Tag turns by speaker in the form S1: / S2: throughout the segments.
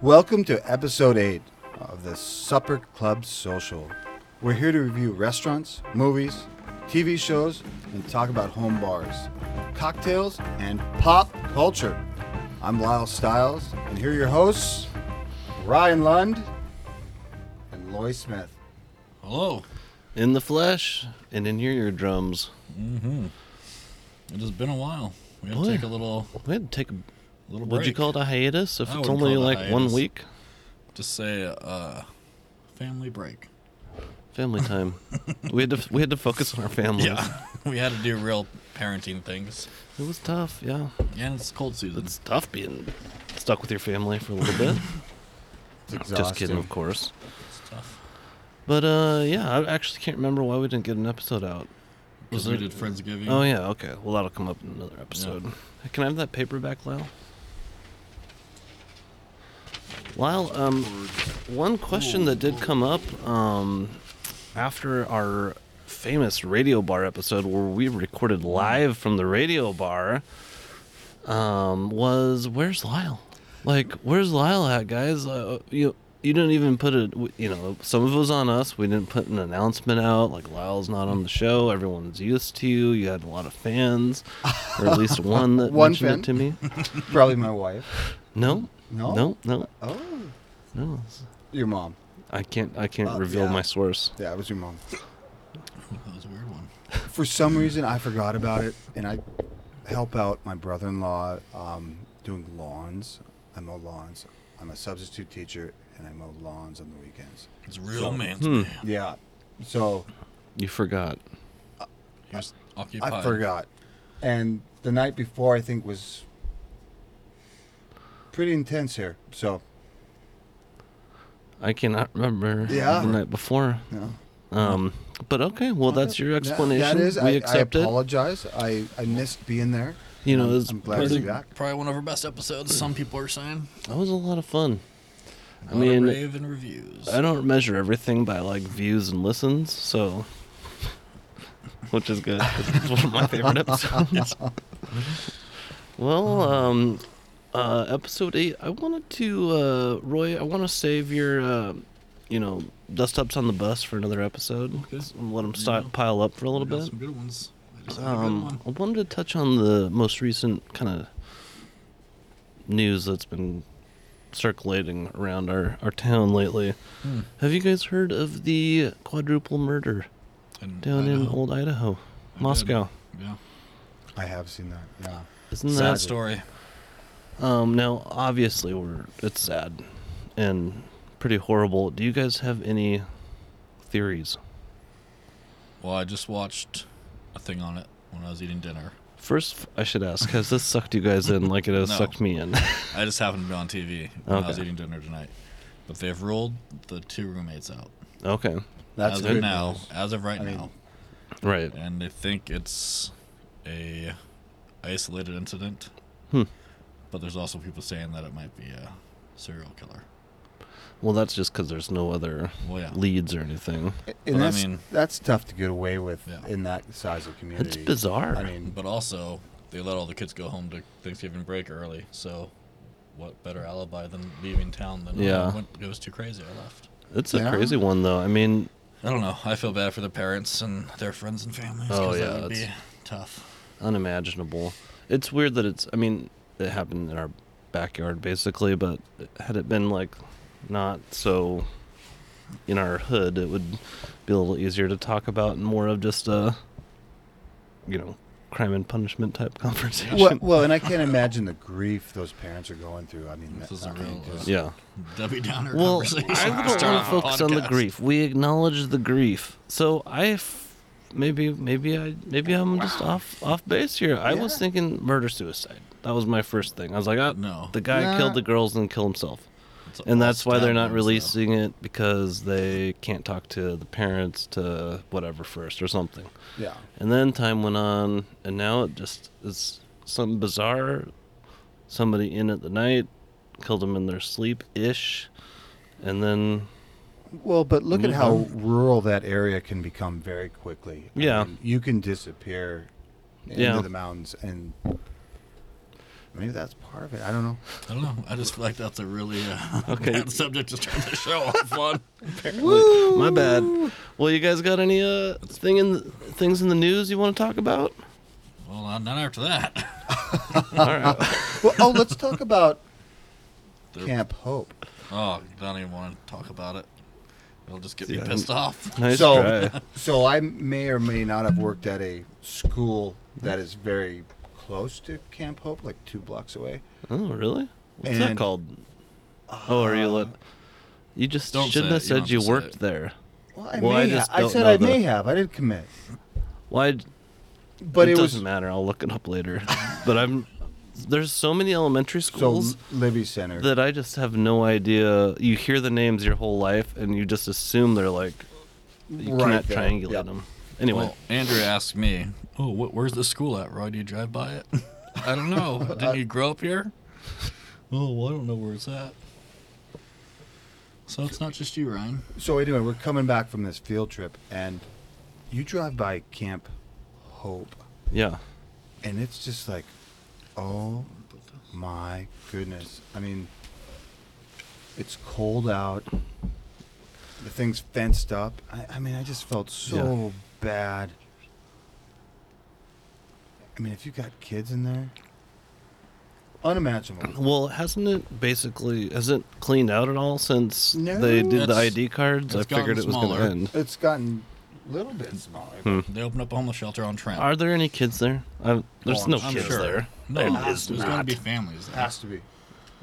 S1: Welcome to episode 8 of the Supper Club Social. We're here to review restaurants, movies, TV shows, and talk about home bars, cocktails, and pop culture. I'm Lyle Stiles, and here are your hosts, Ryan Lund and Loy Smith.
S2: Hello.
S3: in the flesh and in your eardrums.
S2: It has been a while. We had to
S3: Boy.
S2: take a little
S3: We had to take a
S2: little break.
S3: would you call it a hiatus? If
S2: I
S3: it's
S2: wouldn't
S3: only
S2: call it a
S3: like one
S2: hiatus.
S3: week,
S2: Just say uh, family break.
S3: family time. we had to we had to focus on our families.
S2: we had to do real parenting things.
S3: It was tough. Yeah,
S2: And it's cold season.
S3: it's tough being stuck with your family for a little bit.
S1: It's
S3: Just kidding, of course.
S2: It's tough.
S3: But uh, yeah, I actually can't remember why we didn't get an episode out.
S2: Because we did Friendsgiving.
S3: Oh yeah, okay. Well, that'll come up in another episode. Hey, Can I have that paperback, Lyle? Lyle, um, one question that did come up um, after our famous radio bar episode, where we recorded live from the radio bar, um, was where's Lyle? Like, where's Lyle at, guys? Uh, you you didn't even put a w- you know some of it was on us. We didn't put an announcement out. Like Lyle's not on the show. Everyone's used to you. You had a lot of fans, or at least one that
S1: One
S3: mentioned
S1: fan.
S3: it to me.
S1: Probably my wife.
S3: No,
S1: No?
S3: no, no,
S1: Oh,
S3: no.
S1: your mom.
S3: I can't I can't
S1: Uh,
S3: reveal
S1: yeah.
S3: my source.
S1: Yeah, it was your mom.
S2: That was a weird one.
S1: for some reason I forgot about it, and I help out my brother-in-law um, doing lawns. I mow lawns. I'm a substitute teacher, and I mow lawns on the weekends.
S2: It's real
S1: So-
S2: man.
S3: Hmm.
S1: Yeah, so
S3: You forgot.
S2: He was occupied.
S1: I forgot, and the night before I think was pretty intense here. So
S3: I cannot remember
S1: Yeah.
S3: the night before.
S1: you know,
S3: Um, but okay, well that's your
S1: that-
S3: explanation.
S1: That is,
S3: we
S1: I,
S3: accept
S1: I
S3: it.
S1: apologize. I I missed being there.
S3: You know,
S1: I'm-
S3: it's-
S1: I'm glad to
S2: Probably,
S1: be back.
S2: probably one of our best episodes, some people are saying.
S3: That was a lot of fun.
S2: A lot
S3: I
S2: of
S3: mean,
S2: rave and reviews.
S3: I don't measure everything by like views and listens, so which is good. 'cause It's one of my favorite episodes. well, um, uh, episode eight. I wanted to, uh, Roy. I want to save your, uh, you know, dust ups on the bus for another episode.
S2: Okay.
S3: And let them
S2: Yeah.
S3: start, pile up for a little
S2: We got
S3: bit.
S2: Some good ones. I just had a good
S3: Um,
S2: one.
S3: I wanted to touch on the most recent kind of news that's been circulating around our, our town lately.
S2: Hmm.
S3: Have you guys heard of the quadruple murder
S2: And
S3: down in
S2: Idaho.
S3: old Idaho,
S2: Uh-huh. I did.
S3: Moscow?
S2: Yeah.
S1: I have seen that. Yeah.
S3: Isn't
S2: Sad
S3: that
S2: story.
S3: um now obviously we're it's sad and pretty horrible. Do you guys have any theories?
S2: Well, I just watched a thing on it when I was eating dinner.
S3: First, I should ask, has this sucked you guys in like it has
S2: No.
S3: sucked me in?
S2: I just happened to be on TV when I was
S3: Okay.
S2: eating dinner tonight. But they've ruled the two roommates out.
S3: okay,
S1: That's
S2: as
S1: good
S2: of now.
S1: news.
S2: As of right
S1: I mean-
S2: now.
S3: right.
S2: And they think it's a isolated incident.
S3: Hmm.
S2: But there's also people saying that it might be a serial killer.
S3: Well, that's just because there's no other
S2: Well yeah.
S3: leads or anything.
S1: And
S2: I
S1: that's,
S2: mean-
S1: that's tough to get away with
S2: Yeah.
S1: in that size of community.
S3: It's bizarre.
S1: I mean,
S2: But also they let all the kids go home to Thanksgiving break early, so what better alibi than leaving town than
S3: Yeah.
S2: "Oh, I went, it was too crazy I left.
S3: It's a
S1: Yeah.
S3: crazy one, though. I mean,
S2: I don't know. I feel bad for the parents and their friends and families.
S3: Oh,
S2: 'cause
S3: yeah,
S2: that would be
S3: it's-
S2: tough.
S3: unimaginable. It's weird that it's. I mean, it happened in our backyard, basically. But had it been like not so in our hood, it would be a little easier to talk about and more of just a, you know, crime and punishment type conversation.
S1: well, well, and I can't imagine the grief those parents are going through. I mean,
S2: This
S1: that-
S2: is a
S1: I mean,
S2: real, uh,
S1: just-
S3: Yeah.
S2: Debbie Downer
S3: Well,
S2: conversation.
S3: I don't
S2: Start
S3: want
S2: off
S3: to
S2: a
S3: focus on the
S2: podcast.
S3: grief. We acknowledge the grief. So I, f- maybe, maybe I, maybe I'm just off off base here. I was
S1: Yeah.
S3: thinking murder suicide. That was my first thing. I was like, ah,
S2: No.
S3: the guy
S1: Nah.
S3: killed the girls and killed himself,
S2: It's
S3: and
S2: all
S3: that's why they're not
S2: stabbings,
S3: releasing it because they can't talk to the parents to whatever first or something.
S1: yeah.
S3: And then time went on, and now it just is something bizarre. Somebody in at the night killed them in their sleep ish, and then
S1: Well, but look
S2: Mm,
S1: at how
S3: Mhm.
S1: rural that area can become very quickly. I
S3: Yeah.
S1: mean, you can disappear into
S3: Yeah.
S1: the mountains, and Maybe that's part of it. I don't know.
S2: I don't know. I just feel like that's a really uh,
S3: Okay.
S2: bad subject to start the show off on.
S3: Wait, my bad. Well, you guys got any uh thing in the, things in the news you want to talk about?
S2: well, not, not after that.
S3: All right.
S1: Well, oh, let's talk about
S2: They're-
S1: Camp Hope.
S2: Oh, I don't even want to talk about it. It'll just get me
S3: Yeah.
S2: pissed off.
S3: Nice
S1: so,
S3: try.
S1: so I may or may not have worked at a school that is very close to Camp Hope, like two blocks away.
S3: Oh, really? What's that
S1: And-
S3: called? oh, are you let? You just
S2: uh, Don't say
S3: shouldn't have
S2: it. You don't
S3: said you
S2: have to say
S3: worked
S2: it.
S3: there.
S1: Well, I
S3: Well, I
S1: may. I,
S3: just
S1: I
S3: don't
S1: said
S3: know
S1: I may
S3: the-
S1: have. I didn't commit,
S3: Why?
S1: but
S3: it,
S1: it, was
S3: doesn't matter. I'll look it up later. but I'm there's so many elementary
S1: so
S3: schools
S1: Libby Center.
S3: that I just have no idea. You hear the names your whole life, and you just assume they're like you
S1: Right
S3: cannot
S1: there,
S3: triangulate
S1: yep.
S3: them. Anyway,
S2: Well, Andrew asked me, "Oh, wh- where's the school at, Roy? Do you drive by it?" I don't know. Didn't you grow up here? Oh, well, I don't know where it's at. So it's not just you, Ryan.
S1: So anyway, we're coming back from this field trip, and you drive by Camp Hope,
S3: yeah.
S1: and it's just like, oh my goodness! I mean, it's cold out. The thing's fenced up. I, I mean, I just felt so bad. I mean, if you got kids in there, unimaginable.
S3: Well, hasn't it basically hasn't cleaned out at all since
S1: No.
S3: they did the
S2: That's-
S3: ID cards? I
S2: it's gotten
S3: figured it was going to
S2: smaller.
S3: end.
S1: It's gotten a little bit smaller.
S3: Hmm.
S2: They opened up a homeless shelter on Trent.
S3: Are there any kids there? I, there's
S1: Oh,
S3: no
S1: I'm
S3: kids
S1: sure.
S3: there.
S2: No,
S3: There
S2: there's
S3: is
S2: got to
S3: not.
S2: be families there.
S1: Has to be.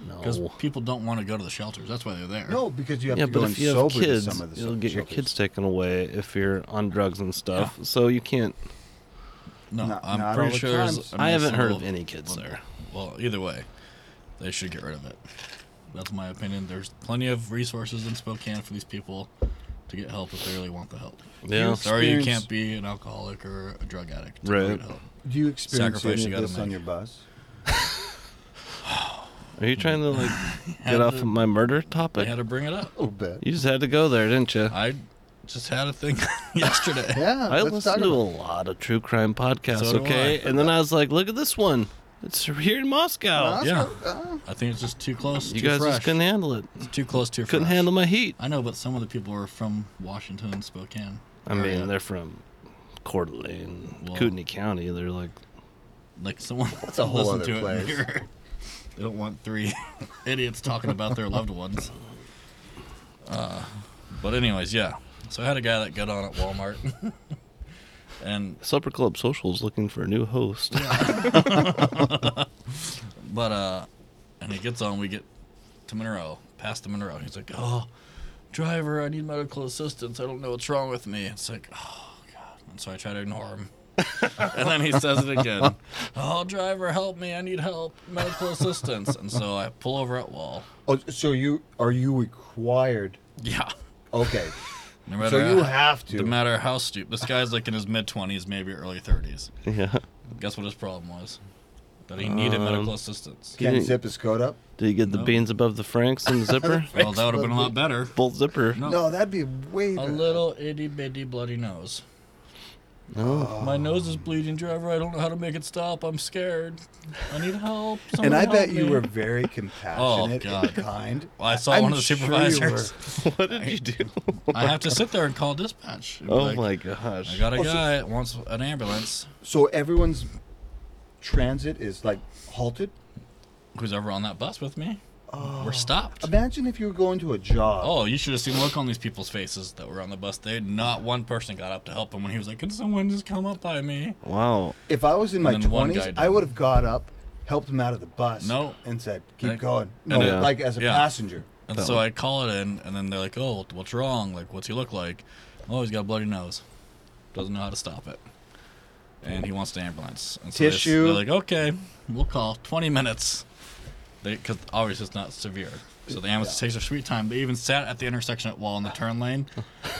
S2: Because
S3: No.
S2: people don't want to go to the shelters. That's why they're there.
S1: No, because you have
S3: yeah,
S1: to go
S3: but
S1: in
S3: if you have
S1: sober
S3: kids,
S1: to some of the
S3: you'll
S1: so-
S3: get your
S1: shelters.
S3: kids taken away if you're on drugs and stuff. So you can't.
S2: no.
S1: Not-
S2: I'm
S1: not all
S2: pretty
S1: the
S2: sure. there's
S1: times.
S2: a
S3: I haven't
S2: nice
S3: heard of
S2: little-
S3: any kids there.
S2: Well, either way, they should get rid of it. That's my opinion. There's plenty of resources in Spokane for these people to get help if they really want the help.
S3: Yeah.
S2: Sorry, you
S1: Experience-
S2: can't be an alcoholic or a drug addict. to
S3: Right.
S2: get help.
S1: Do you experience
S2: Sacrifice
S1: any
S2: you
S1: of
S2: gotta
S1: this on
S2: make.
S1: your bus?
S3: Are you trying to like get
S2: Had
S3: off
S2: to-
S3: of my murder
S2: I
S3: topic?
S2: had to bring it up.
S1: A little bit.
S3: You just had to go there, didn't you?
S2: I just had a thing yesterday.
S1: Yeah.
S3: I
S1: let's talk
S3: listen to a
S1: about-
S3: lot of true crime podcasts,
S2: So do
S3: okay?
S2: I.
S3: And then I was like, look at this one. It's here in Moscow.
S1: Huh?
S2: Oh, Yeah.
S1: Uh,
S2: I think it's just too close.
S3: You
S2: too
S3: guys
S2: fresh.
S3: just couldn't handle it.
S2: It's too close to your
S3: Couldn't
S2: fresh.
S3: handle my heat.
S2: I know, but some of the people are from Washington and Spokane.
S3: I
S2: area.
S3: mean, they're from Coeur d'Alene,
S2: Oh, Well-
S3: Kootenai County. They're like,
S2: like someone that's
S1: a whole other
S2: to
S1: place.
S2: It and hear- they don't want three idiots talking about their loved ones. Uh, but anyways, yeah. So I had a guy that got on at Walmart, and
S3: Supper Club Social is looking for a new host.
S2: But uh, and he gets on. We get to Monroe, past the Monroe. He's like, "Oh, driver, I need medical assistance. I don't know what's wrong with me." It's like, "Oh God!" And so I try to ignore him. and then he says it again. Oh, driver, help me! I need help, medical assistance. And so I pull over at Wall.
S1: oh, so you are you required?
S2: Yeah.
S1: Okay.
S2: No
S1: so
S2: matter
S1: you
S2: how,
S1: have
S2: no
S1: to.
S2: uh, matter how stupid this guy's like in his mid twenties, maybe early thirties.
S3: yeah.
S2: Guess what his problem was? That he
S1: Um,
S2: needed medical assistance.
S1: Can't zip his coat up.
S3: Did you get the
S2: No.
S3: beans above the Franks and the zipper?
S2: Well, that would have been a lot better.
S3: Bolt zipper.
S2: No.
S1: No, that'd be way.
S2: A
S1: better.
S2: little itty bitty bloody nose.
S1: Oh.
S3: No.
S2: My nose is bleeding, driver. I don't know how to make it stop. I'm scared. I need help.
S1: And I
S2: Somebody
S1: bet
S2: help
S1: you
S2: me."
S1: were very compassionate
S2: Oh, God.
S1: and kind.
S2: Well, I saw
S1: I'm
S2: one of the
S1: sure you
S2: supervisors.
S3: What did you do?
S2: I have to sit there and call dispatch. and be
S3: oh
S2: like,
S3: my gosh.
S2: I got a
S1: Oh, so-
S2: guy that wants an ambulance.
S1: So everyone's transit is like halted.
S2: Who's ever on that bus with me?
S1: Oh.
S2: We're stopped.
S1: Imagine if you were going to a job.
S2: Oh, you should have seen the look on these people's faces that were on the bus. They not one person got up to help him when he was like, "Can someone just come up by me?"
S3: Wow.
S1: If I was in my
S2: then one guy
S1: twenties,
S2: did.
S1: I would have got up, helped him out of the bus,
S2: No.
S1: and said, "Keep
S2: And-
S1: going." No,
S3: Yeah.
S1: like as a
S2: Yeah.
S1: passenger.
S2: And
S3: That
S2: so
S3: one.
S2: I call it in, and then they're like, "Oh, what's wrong? Like, what's he look like? Oh, he's got a bloody nose. Doesn't know how to stop it, and he wants the ambulance." And so they s-
S1: Tissue.
S2: They're like, "Okay, we'll call. Twenty minutes." Because obviously it's not severe, so the ambulance takes their sweet time. They even sat at the intersection at Wall in the turn lane,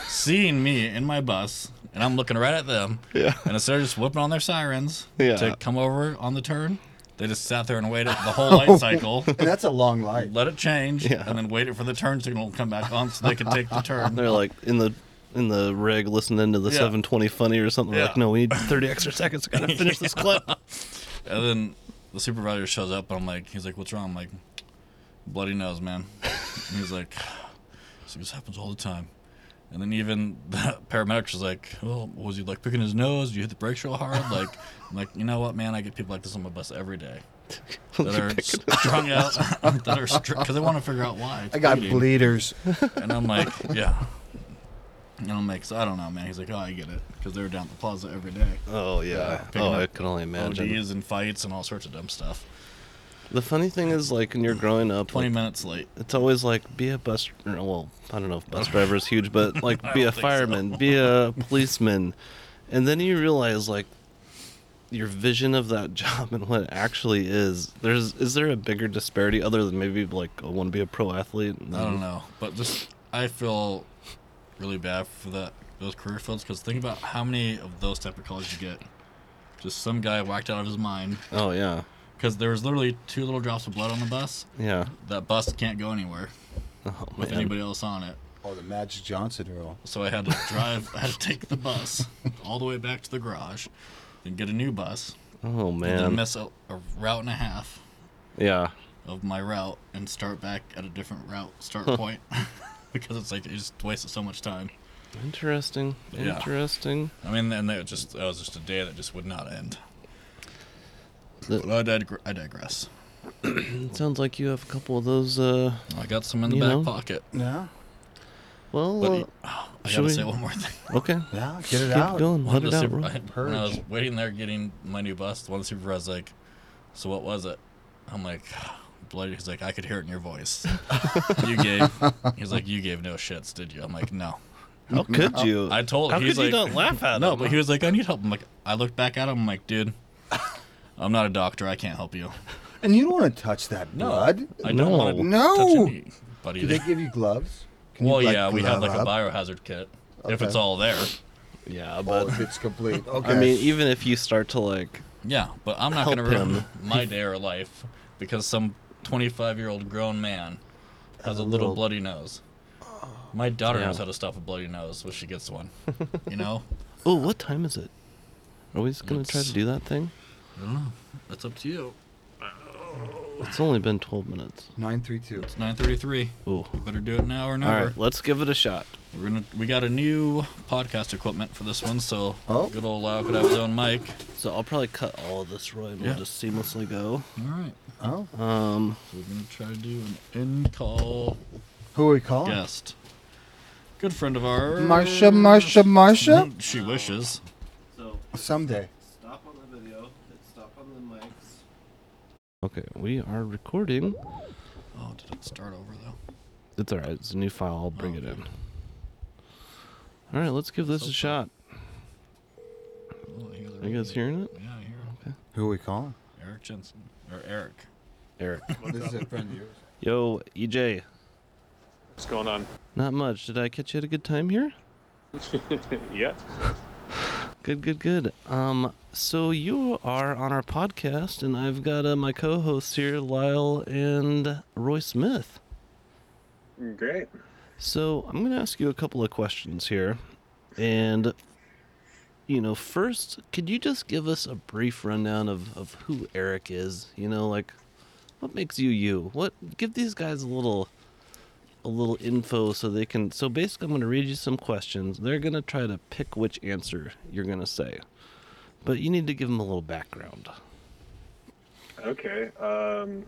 S2: seeing me in my bus, and I'm looking right at them.
S3: Yeah.
S2: And instead of just whipping on their sirens
S3: Yeah.
S2: to come over on the turn, they just sat there and waited the whole light cycle
S1: And that's a long life.
S2: let it change,
S3: Yeah.
S2: and then wait it for the turn signal to come back on so they can take the turn.
S3: They're like in the in the rig listening to the
S2: Yeah.
S3: 720 funny or something. They're
S2: Yeah.
S3: Like, no, we need 30 extra seconds. Gotta finish this clip.
S2: And then the supervisor shows up, and I'm like, he's like, what's wrong? I'm like, bloody nose, man. and he's like, so this happens all the time. And then even the paramedic was like, oh, was he like picking his nose? You hit the brakes real hard? Like, I'm like, you know what, man? I get people like this on my bus every day that are strung out, that are because they want to figure out why. It's
S1: I got
S2: bleeding.
S1: bleeders.
S2: And I'm like, yeah. And I'm like, so I don't know, man. He's like, oh, I get it, because they were down at the plaza every day.
S3: Oh yeah.
S2: picking
S3: oh,
S2: up
S3: I can only imagine.
S2: ODs and fights and all sorts of dumb stuff.
S3: The funny thing is, like when you're growing up,
S2: Mm. Twenty
S3: like,
S2: minutes late.
S3: it's always like be a bus. or, Well, I don't know if bus driver is huge, but like
S2: I
S3: be
S2: don't
S3: a
S2: think so.
S3: fireman, be a policeman, and then you realize like your vision of that job and what it actually is. There's is there a bigger disparity other than maybe like I want to be a pro athlete?
S2: I don't know, but just I feel really bad for that those career fields because think about how many of those type of colleges you get. Just some guy whacked out of his mind
S3: Oh yeah,
S2: because there was literally two little drops of blood on the bus.
S3: yeah.
S2: That bus can't go anywhere
S3: Oh,
S2: with
S3: man.
S2: anybody else on it.
S1: Oh, the Magic Johnson rule.
S2: So I had to drive, I had to take the bus all the way back to the garage, then get a new bus,
S3: Oh
S2: and then
S3: man.
S2: miss a, a route and a half
S3: Yeah.
S2: of my route and start back at a different route start point because it's like it just wasted so much time.
S3: Interesting.
S2: Yeah.
S3: Interesting.
S2: I mean, and that just that was just a day that just would not end.
S3: The-
S2: But I, digre- I digress.
S3: It sounds like you have a couple of those. Uh,
S2: I got some in the
S3: You
S2: back
S3: know?
S2: pocket.
S1: Yeah,
S3: well,
S2: But
S3: uh,
S2: oh, I
S3: should
S2: gotta
S3: we-
S2: say one more thing.
S3: okay.
S1: yeah, get it
S3: Keep
S1: out.
S3: going.
S2: One
S3: Let
S2: of
S3: it
S2: the
S3: out.
S2: super-
S3: bro.
S2: I, when I was waiting there getting my new bus, one of the supervisors like, "So what was it?" I'm like, "Bloody." He's like, "I could hear it in your voice. you gave." He's like, "You gave no shits, did you?" I'm like, "No."
S3: How could you?
S2: I told.
S3: How
S2: he's like,
S3: could you not laugh at
S2: No,
S3: him?
S2: but he was like, "I need help." I'm like, I looked back at him. I'm like, "Dude, I'm not a doctor. I can't help you."
S1: And you don't want to touch that blood.
S2: I don't
S3: No.
S2: want to
S1: No.
S2: touch anybody.
S1: Do they give you gloves? Can you,
S2: well,
S1: like,
S2: yeah, we have
S1: glove
S2: like a
S1: up?
S2: biohazard kit. If
S1: Okay.
S2: it's all there,
S3: yeah,
S1: Oh,
S3: but
S1: if it's complete. Okay.
S3: I mean, even if you start to like,
S2: yeah, but I'm not
S3: Help
S2: gonna ruin
S3: him.
S2: my day or life because some 25 year old grown man has a little
S3: little-
S2: bloody nose. My daughter knows
S3: Yeah.
S2: how to stop a bloody nose when she gets one. You know,
S3: oh, what time is it? Are we just gonna try
S2: It's-
S3: to do that thing?
S2: that's up to you.
S3: It's only been 12 minutes.
S1: nine three two.
S2: It's 9:33.
S3: Ooh.
S2: You better do it now or
S3: All
S2: never.
S3: right, let's give it a shot.
S2: We're gonna we got a new podcast equipment for this one, so
S1: Oh.
S2: good old Lau could have his own mic.
S3: So I'll probably cut all of this, Roy, and
S2: Yeah.
S3: we'll just seamlessly go.
S2: All right,
S1: Oh,
S3: Um,
S2: so we're gonna try to do an in call
S1: who are we calling?
S2: guest. Good friend of ours.
S1: Marsha, Marsha, Marsha.
S2: Mm, She wishes.
S3: so
S1: Someday.
S3: stop on the video. Hit stop on the mics. Okay, we are recording.
S2: Oh, did it start over though?
S3: It's all right. It's a new file. I'll bring
S2: Oh,
S3: it
S2: okay.
S3: in. All right, let's give this
S2: So
S3: a shot.
S2: Oh, I hear the
S3: Are you guys
S2: radio.
S3: hearing it?
S2: Yeah, I hear him.
S1: Who are we calling?
S2: Eric Jensen or Eric.
S3: Eric.
S1: This is a friend of yours.
S3: Yo, EJ.
S4: What's going on?
S3: Not much. Did I catch you at a good time here?
S4: Yeah.
S3: Good, good, good. Um, so you are on our podcast, and I've got uh, my co-hosts here, Lyle and Roy Smith.
S4: Great.
S3: So I'm going to ask you a couple of questions here, and you know, first, could you just give us a brief rundown of of who Eric is? You know, like what makes you you? What give these guys a little a little info so they can so basically I'm going to read you some questions. They're going to try to pick which answer you're going to say. But you need to give them a little background.
S4: Okay. Um,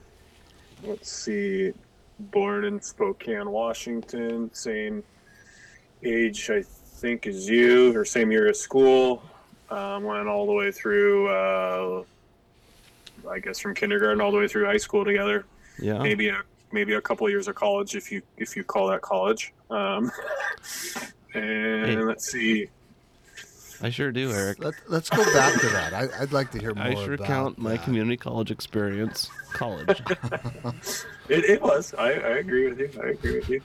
S4: let's see. Born in Spokane, Washington. Same age, I think, as you, or same year as school. Um, went all the way through, uh, I guess, from kindergarten all the way through high school together.
S3: Yeah.
S4: Maybe a maybe a couple of years of college, if you if you call that college. Um, and
S3: Hey.
S4: let's see.
S3: I sure do, Eric.
S1: Let, let's go back to that. I, I'd like to hear more
S3: I sure
S1: about
S3: count my
S1: that.
S3: community college experience. College.
S4: It, it was. I, I agree with you. I agree with you.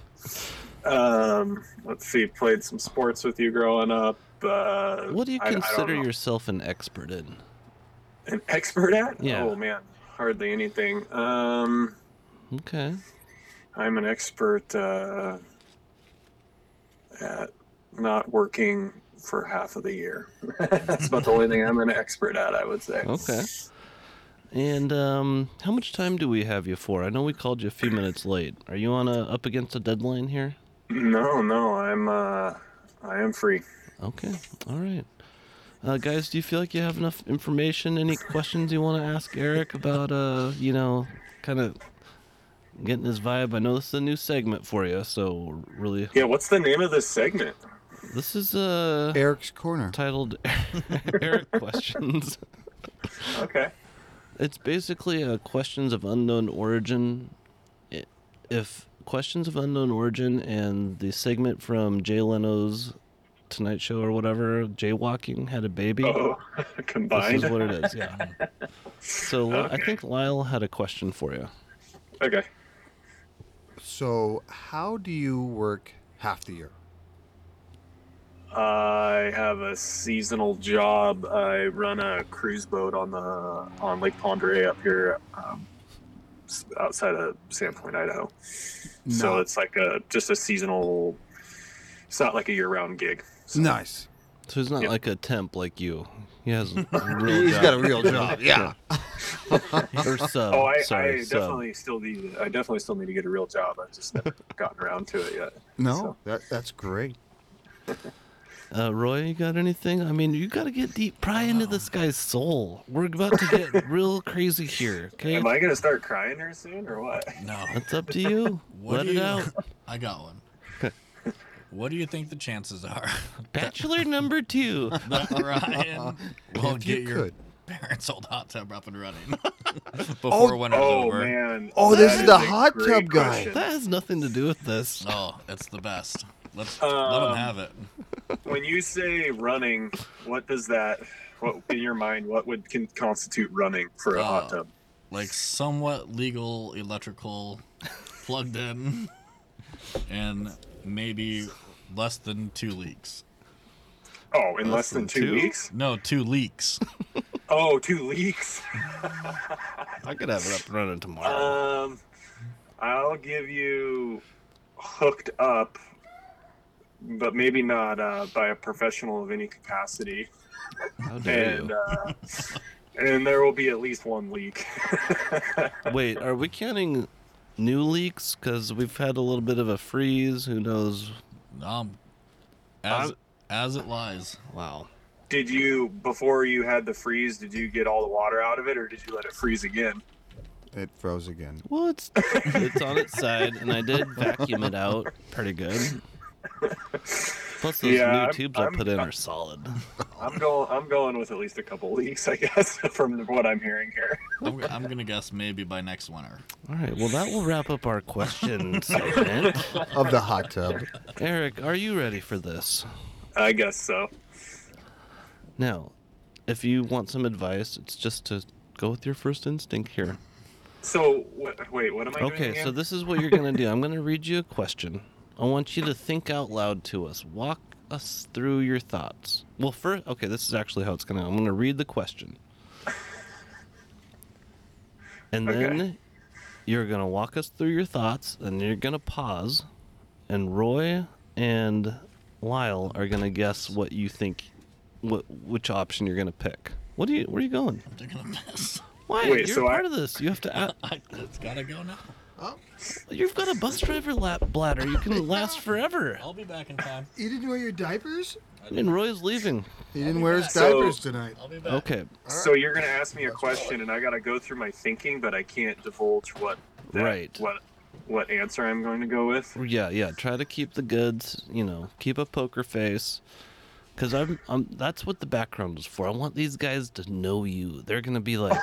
S4: Um, let's see. Played some sports with you growing up. Uh,
S3: What do you
S4: I- I don't
S3: consider
S4: know.
S3: yourself an expert in?
S4: an expert at?
S3: Yeah.
S4: Oh man, hardly anything. Um,
S3: Okay.
S4: I'm an expert uh, at not working for half of the year. That's about the only thing I'm an expert at. I would say.
S3: Okay. And um, how much time do we have you for? I know we called you a few minutes late. Are you on a up against a deadline here?
S4: No, no, I'm uh, I am free.
S3: Okay. All right. Uh, guys, do you feel like you have enough information? Any questions you want to ask Eric about, uh, you know, kind of getting his vibe? I know this is a new segment for you, so really,
S4: Yeah, what's the name of this segment?
S3: this is uh,
S1: Eric's corner.
S3: titled Eric Questions.
S4: Okay.
S3: It's basically a questions of unknown origin. I- If questions of unknown origin and the segment from Jay Leno's Tonight Show or whatever, Jaywalking had a baby.
S4: Oh,
S3: This
S4: combined.
S3: is what it is. Yeah. So Li- I think Lyle had a question for you.
S4: okay.
S1: So, how do you work half the year?
S4: I have a seasonal job. I run a cruise boat on the on Lake Pondere up here, um, s- outside of Sandpoint, Idaho. So
S1: No.
S4: it's like a just a seasonal. It's not like a year-round gig. So,
S1: Nice.
S3: So he's not
S4: Yeah.
S3: like a temp like you. He has a real
S1: He's
S3: job.
S1: got a real job. Yeah.
S3: or sub.
S4: Oh, I,
S3: sorry,
S4: I
S3: sub.
S4: definitely still need. I definitely still need to get a real job. I've just never gotten around to it yet.
S1: No,
S4: So-
S1: that, that's great.
S3: Uh, Roy, you got anything? I mean, you got to get deep, pry into this guy's soul. We're about to get real crazy here. Okay,
S4: Am I gonna start crying here soon or what?
S2: No.
S3: that's up to you.
S2: What
S3: Let
S2: do
S3: it
S2: you,
S3: out.
S2: I got one. what do you think the chances are
S3: Bachelor number two.
S2: that Ryan won't
S1: If you
S2: get your
S1: could.
S2: parents' old hot tub up and running before winter's
S4: Oh
S2: over?
S4: man!
S1: Oh, this
S4: that
S1: is the
S4: a
S1: hot
S4: great
S1: tub guy.
S4: question.
S3: That has nothing to do with this.
S2: Oh, it's the best. Let's let them
S4: Um,
S2: have it.
S4: When you say running, what does that? What in your mind? What would can constitute running for a hot
S2: Uh,
S4: tub?
S2: Like somewhat legal electrical plugged in, and maybe less than two leaks.
S4: Oh, in
S3: less
S4: less
S3: than
S4: than two,
S3: two?
S4: weeks?
S2: No, two leaks.
S4: Oh, two leaks.
S3: I could have it up and running tomorrow.
S4: Um, I'll give you hooked up, but maybe not uh, by a professional of any capacity.
S3: How dare
S4: And
S3: you?
S4: uh, and there will be at least one leak. uh,
S3: Wait, are we counting new leaks? Because we've had a little bit of a freeze. Who knows?
S2: Um, as
S3: I'm-
S2: as it lies.
S3: Wow.
S4: did you before you had the freeze? Did you get all the water out of it, or did you let it freeze again?
S1: It froze again.
S3: Well, it's it's on its side, and I did vacuum it out pretty good. Plus, those
S4: Yeah,
S3: new
S4: I'm-
S3: tubes
S4: I'm-
S3: I put in are solid.
S4: I'm going. I'm going with at least a couple leaks, I guess, from what I'm hearing here.
S2: I'm, I'm gonna guess maybe by next winter.
S3: All right. Well, that will wrap up our question segment.
S1: Of the hot tub.
S3: Eric, are you ready for this?
S4: I guess so.
S3: Now, if you want some advice, it's just to go with your first instinct here.
S4: So wh- wait, what am I doing?
S3: Okay, so
S4: again?
S3: this is what you're going to do. I'm going to read you a question. I want you to think out loud to us. Walk us through your thoughts. Well, first, okay, this is actually how it's going to. I'm going to read the question. And
S4: Okay.
S3: then you're going to walk us through your thoughts and you're going to pause and Roy and Lyle are going to guess what you think what which option you're going to pick. What do you where are you going?
S2: They're gonna miss.
S3: Why?
S4: Wait,
S3: you're
S4: so I-
S3: part of this. You have to a-
S2: I, it's gotta go now.
S1: Oh,
S3: You've got a bus driver lap bladder. You can last forever.
S2: I'll be back in time.
S1: you didn't wear your diapers?
S3: And Roy's leaving.
S1: He didn't wear his
S4: So-
S1: diapers tonight.
S2: I'll be back.
S3: Okay.
S4: So you're gonna ask me a question, and I gotta go through my thinking, but I can't divulge what that-
S3: Right.
S4: what what answer I'm going to go with.
S3: Yeah, yeah. Try to keep the goods. You know, keep a poker face. Cause I'm, I'm. That's what the background is for. I want these guys to know you. They're gonna be like,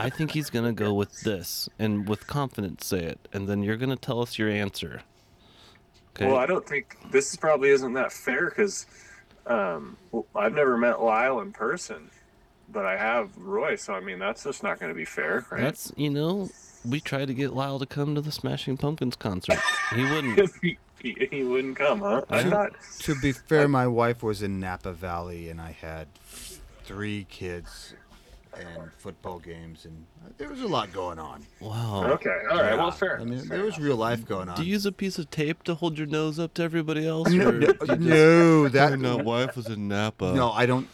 S3: I think he's gonna go with this, and with confidence say it, and then you're gonna tell us your answer. Okay.
S4: Well, I don't think this probably isn't that fair because um, well, I've never met Lyle in person, but I have Roy. So I mean, that's just not going to be fair, right?
S3: That's you know, we tried to get Lyle to come to the Smashing Pumpkins concert. He wouldn't.
S4: he, he, he wouldn't come, huh? I thought.
S1: To be fair, my wife was in Napa Valley and I had three kids and football games, and there was a lot going on.
S3: Wow.
S4: Okay. All right. Well,
S1: Yeah,
S4: fair.
S1: I mean,
S4: fair
S1: there was real life going on.
S3: Do you use a piece of tape to hold your nose up to everybody else?
S1: No,
S3: or
S1: no,
S3: do you just-
S1: no, that
S3: And my wife was in Napa.
S1: no, I don't.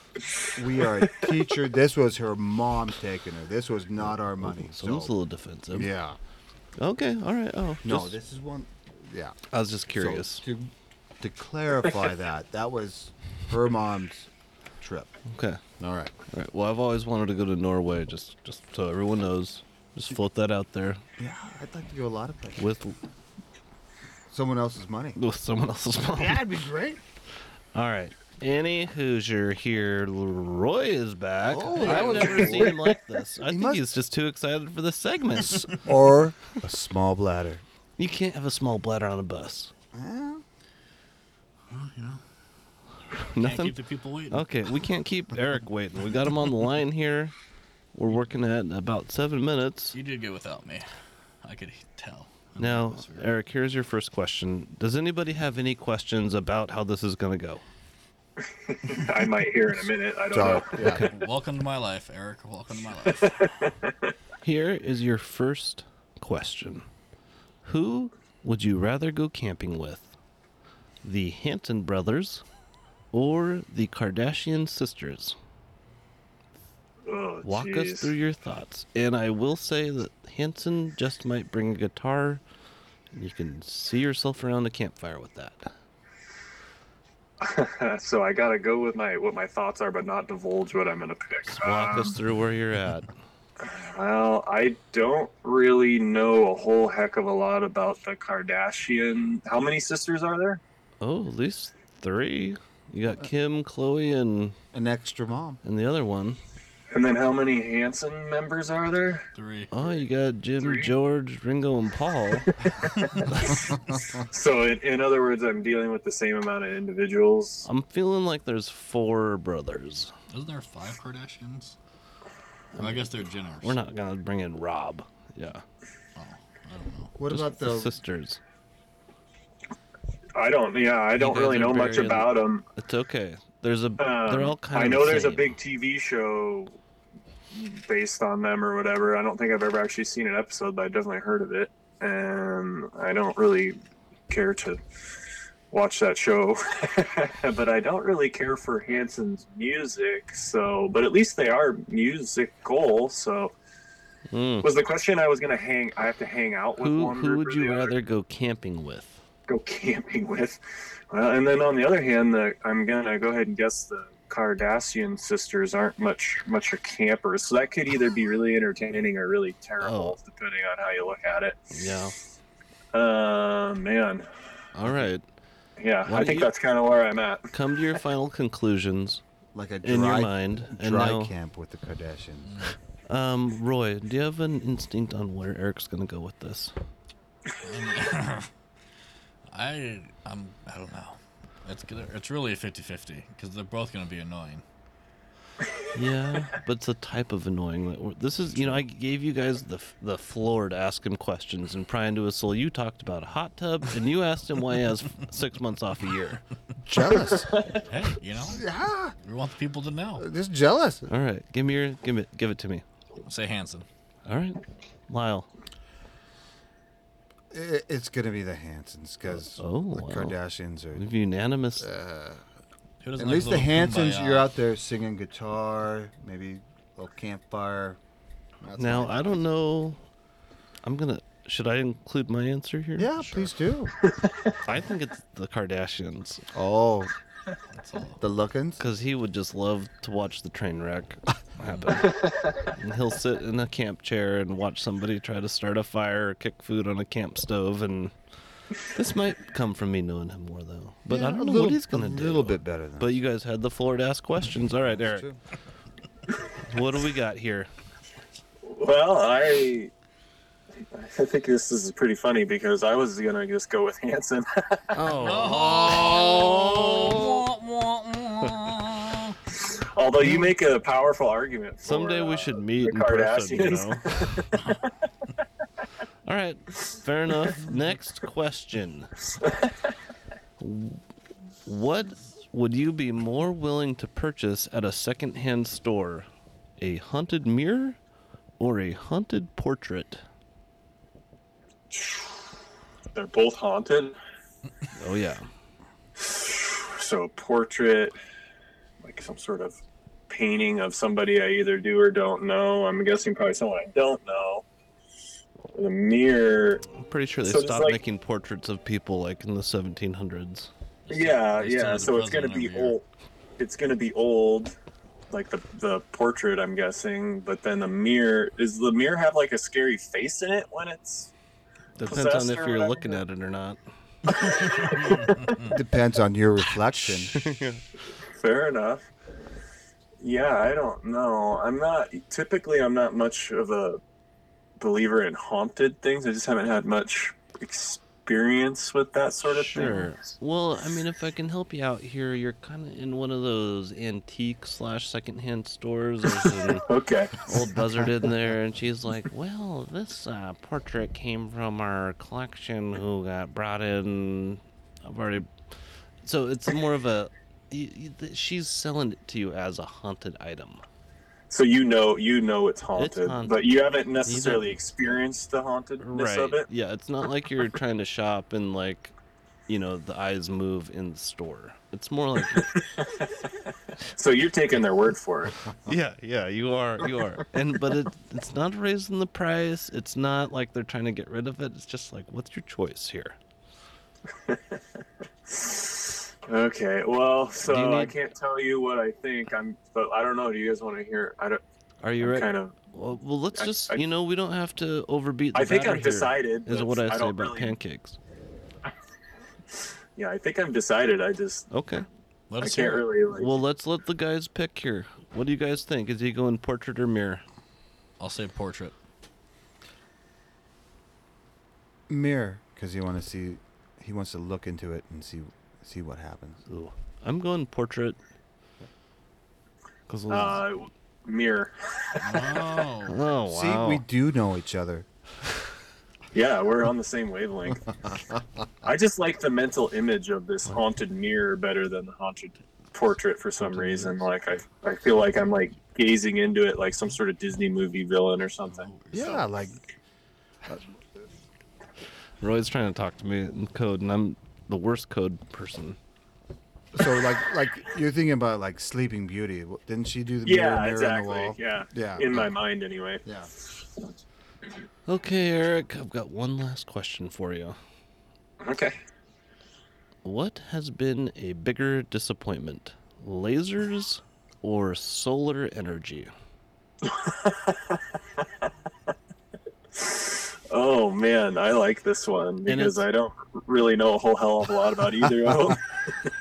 S1: We are a teacher. This was her mom taking her. This was not our money.
S3: So I'm a
S1: So,
S3: little defensive.
S1: yeah.
S3: Okay. All right. Oh,
S1: No,
S3: just-
S1: this is one. Yeah.
S3: I was just
S1: So,
S3: curious.
S1: to, to clarify that, that was her mom's trip.
S3: okay.
S1: All right.
S3: All right. Well, I've always wanted to go to Norway. Just, just so everyone knows. Just float that out there
S1: Yeah, I'd like to go a lot of places.
S3: with
S1: Someone else's money.
S3: with someone else's mom.
S1: that'd be great.
S3: All right. Any Hoosier here. Roy is back.
S1: Oh, that
S3: I've
S1: was
S3: never
S1: cool.
S3: seen him like this. I think
S1: must-
S3: he's just too excited for this segment.
S1: Or a small bladder.
S3: you can't have a small bladder on a bus.
S1: Well,
S2: Can't
S3: Nothing.
S2: keep the people waiting.
S3: Okay, we can't keep Eric waiting. We got him on the line here. We're working at about seven minutes.
S2: You did good without me. I could tell.
S3: Now, Eric, here's your first question. Does anybody have any questions about how this is going to go?
S4: I might hear in a minute. I don't
S1: so,
S4: know.
S1: yeah.
S2: Welcome to my life, Eric. Welcome to my life.
S3: Here is your first question Who would you rather go camping with? The Hampton brothers or the Kardashian sisters?
S4: Oh,
S3: Walk
S4: jeez.
S3: us through your thoughts. And I will say that Hanson just might bring a guitar, and you can see yourself around a campfire with that.
S4: so I gotta go with my what my thoughts are, but not divulge what I'm gonna pick.
S3: Just walk us through where you're at.
S4: Well, I don't really know a whole heck of a lot about the Kardashian. How many sisters are there?
S3: Oh, at least three. You got Kim, Chloe, and
S1: An extra mom.
S3: and the other one.
S4: And then how many Hanson members are there?
S2: Three.
S3: Oh, you got Jim,
S4: Three?
S3: George, Ringo, and Paul.
S4: So, in, in other words, I'm dealing with the same amount of individuals.
S3: I'm feeling like there's four brothers.
S2: Isn't there five Kardashians? Well, I guess they're Jenners.
S3: We're not gonna bring in Rob. Yeah.
S2: Oh, I don't know.
S1: What
S3: just
S1: about the?
S3: sisters?
S4: I don't, yeah, I don't
S3: guys
S4: really
S3: are
S4: know much
S3: very-
S4: about them.
S3: It's okay. There's a. they're all kind of.
S4: Um, I know
S3: the
S4: there's a
S3: same.
S4: big TV show based on them or whatever. I don't think I've ever actually seen an episode, but I definitely heard of it. And I don't really care to watch that show. but I don't really care for Hanson's music, so but at least they are musical, so
S3: Mm.
S4: was the question I was gonna hang I have to hang out with
S3: Who,
S4: one
S3: who
S4: group
S3: would
S4: or
S3: you
S4: the other?
S3: rather go camping with?
S4: go camping with. Well, and then on the other hand, the, I'm gonna go ahead and guess the Cardassian sisters aren't much much a camper, so that could either be really entertaining or really terrible,
S3: Oh.
S4: depending on how you look at it.
S3: Yeah.
S4: Uh, man,
S3: All right.
S4: yeah,
S3: Why
S4: I
S3: don't
S4: think
S3: you-
S4: that's kind of where I'm at.
S3: Come to your final conclusions
S1: Like a
S3: in your
S1: dry,
S3: mind. And
S1: dry
S3: now,
S1: camp with the Kardashians.
S3: um, Roy, do you have an instinct on where Eric's going to go with this?
S2: I I'm I don't know. It's gonna, it's really a 50-50 because they're both gonna be annoying.
S3: Yeah, but it's a type of annoying. That we're, this is, you know, I gave you guys the f- the floor to ask him questions and pry into his soul. You talked about a hot tub, and you asked him why he has six months off a year.
S1: jealous.
S2: Hey, you know,
S1: yeah,
S2: we want the people to know.
S1: just jealous.
S3: All right, give me your, give it, give it to me.
S2: Say Hanson.
S3: All right, Lyle.
S1: I- It's gonna be the Hansons because
S3: Oh,
S1: the
S3: wow.
S1: Kardashians are.
S3: We've unanimous.
S2: Who
S1: At
S2: doesn't like
S1: least
S2: a
S1: the
S2: little
S1: Hansons,
S2: kumbaya?
S1: you're out there singing guitar, maybe a little campfire. That's
S3: Now
S1: my-
S3: I don't know. I'm gonna. Should I include my answer here?
S1: yeah, please do.
S3: I think it's the Kardashians
S1: Oh,
S2: That's all.
S1: the lookins.
S3: because he would just love to watch the train wreck happen. and he'll sit in a camp chair and watch somebody try to start a fire or kick food on a camp stove. And this might come from me knowing him more though. But
S1: Yeah,
S3: I don't
S1: a
S3: know
S1: little-
S3: what he's gonna
S1: a
S3: do.
S1: little bit better than
S3: But you guys had the floor to ask questions. All right, Eric.
S1: true.
S3: What do we got here?
S4: Well, I I think this is pretty funny because I was gonna just go with Hanson.
S2: Oh.
S4: Although you make a powerful argument. For,
S3: Hmm. Someday we
S4: uh,
S3: should meet
S4: the
S3: in person, you
S4: Kardashians.
S3: know. All right, fair enough. Next question. What would you be more willing to purchase at a secondhand store? a haunted mirror or a haunted portrait?
S4: They're both haunted.
S3: Oh yeah.
S4: So, a portrait, like some sort of painting of somebody I either do or don't know. I'm guessing probably someone I don't know. The mirror,
S3: I'm pretty sure they
S4: So it's
S3: stopped
S4: like-
S3: making portraits of people like in the 1700s.
S2: It's
S4: yeah,
S2: like- it's
S4: yeah.
S2: like
S4: So it's gonna
S2: present
S4: be
S2: every year.
S4: old. It's gonna be old, like the the portrait. I'm guessing, but then the mirror. Does the mirror have like a scary face in it when it's?
S3: Depends on
S4: Possessed
S3: if
S4: or
S3: you're
S4: whatever.
S3: looking at it or not.
S1: Depends on your reflection.
S4: Fair enough. Yeah, I don't know. I'm not typically I'm not much of a believer in haunted things. I just haven't had much experience with that sort of
S3: Sure.
S4: thing.
S3: Well, I mean, if I can help you out here, you're kind of in one of those antique slash secondhand stores. There's an
S4: Okay.
S3: old buzzard in there, and she's like, "Well, this uh, portrait came from our collection, who got brought in. I've already." So it's more of a. You, you, th- she's selling it to you as a haunted item.
S4: So you know you know it's haunted,
S3: haunted.
S4: but you haven't necessarily experienced the hauntedness of it.
S3: Yeah, it's not like you're trying to shop and like, you know, the eyes move in the store. It's more like
S4: So you're taking their word for it.
S3: yeah, yeah, you are, you are. And but it, it's not raising the price. It's not like they're trying to get rid of it. It's just like, what's your choice here?
S4: Okay. Well, so
S3: Do you
S4: I
S3: need-
S4: can't tell you what I think. I'm but I don't know. Do you guys want to hear I don't
S3: Are you
S4: I'm
S3: ready?
S4: kind of
S3: Well, well, let's
S4: I-
S3: just
S4: I-
S3: you know we don't have to overbeat. The
S4: I think
S3: batter
S4: I've
S3: here,
S4: decided,
S3: Is
S4: but
S3: what I
S4: I
S3: say
S4: don't
S3: about
S4: really-
S3: pancakes.
S4: yeah, I think I've decided. I just
S3: Okay.
S2: Let
S4: I
S2: us hear
S4: can't
S2: it.
S4: really like
S3: Well, let's let the guys pick here. What do you guys think? Is he going portrait or mirror?
S2: I'll say portrait.
S1: Mirror, because he want to see, he wants to look into it and see see what happens.
S3: Ooh, I'm going portrait. Cause
S4: uh mirror.
S2: Oh,
S3: oh wow.
S1: See, we do know each other.
S4: Yeah, we're on the same wavelength. I just like the mental image of this haunted mirror better than the haunted portrait for some reason. Like I, I feel like I'm like gazing into it like some sort of Disney movie villain or something.
S1: Oh, Yeah, like
S3: Roy's trying to talk to me in code, and I'm the worst code person.
S1: so, like like you're thinking about like Sleeping Beauty. W- Didn't she do the mirror,
S4: Yeah,
S1: mirror on the
S4: exactly.
S1: wall?
S4: Yeah.
S1: Yeah.
S4: In my mind anyway.
S1: Yeah.
S3: Okay, Eric, I've got one last question for you.
S4: Okay.
S3: What has been a bigger disappointment, lasers or solar energy?
S4: Oh man, I like this one
S3: it's-
S4: because I don't really know a whole hell of a lot about either of them.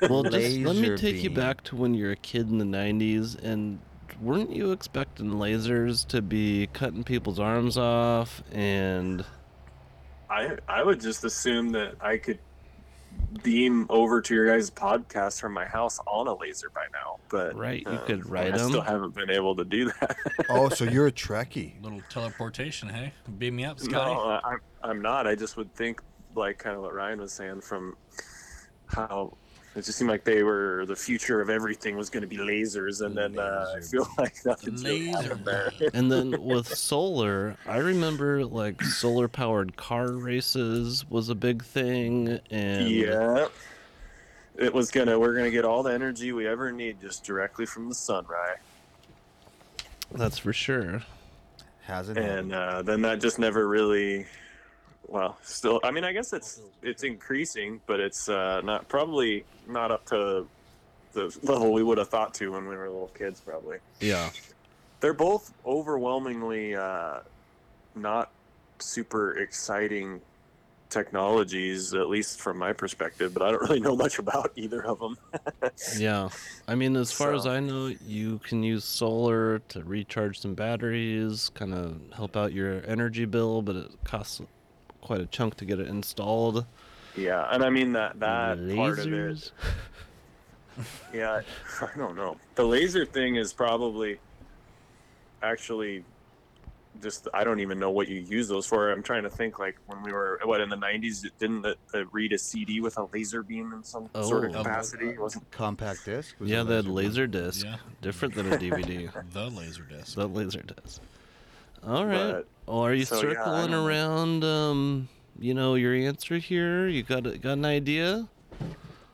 S3: Well, just let me
S1: Laser
S3: take you
S1: beam.
S3: back to when you were a kid in the 90s, and weren't you expecting lasers to be cutting people's arms off and.
S4: I I would just assume that I could beam over to your guys' podcast from my house on a laser by now. But uh,
S3: Right, you could ride
S4: I
S3: 'em.
S4: still haven't been able to do that.
S1: Oh, so you're a Trekkie.
S2: little teleportation, hey? Beam me up,
S4: no,
S2: Scotty.
S4: I, I'm I'm not. I just would think like kind of what Ryan was saying from how it just seemed like they were the future of everything was going to be lasers, and then uh, I
S1: Laser.
S4: feel like nothing's really
S2: Laser
S4: happened there.
S2: beam.
S3: and then with solar, I remember like solar powered car races was a big thing, and
S4: Yeah. It was gonna. We're gonna get all the energy we ever need just directly from the sun, right?
S3: that's for sure.
S1: Hasn't happened.
S4: and uh, then that just never really well still i mean i guess it's it's increasing but it's uh, not probably not up to the level we would have thought to when we were little kids probably
S3: Yeah,
S4: they're both overwhelmingly uh, not super exciting technologies at least from my perspective but i don't really know much about either of them
S3: yeah. I mean, as far as
S4: So-
S3: I know, you can use solar to recharge some batteries, kind of help out your energy bill, but it costs quite a chunk to get it installed.
S4: yeah and i mean that that part of it
S3: Lasers?
S4: Yeah, I don't know. The laser thing is probably actually just I don't even know what you use those for. I'm trying to think like when we were what in the 90s, didn't the, the read a CD with a laser beam in some sort of
S3: Oh.
S4: capacity? It wasn't
S1: Compact disc. was
S3: yeah,
S1: a
S3: they had
S1: one.
S3: laser disc.
S2: Yeah.
S3: Different than a DVD.
S2: The laser disc.
S3: the laser disc. All right.
S4: But-
S3: Well, are you
S4: so, yeah, I
S3: circling
S4: don't know.
S3: around? Um, you know your answer here. You got a- got an idea?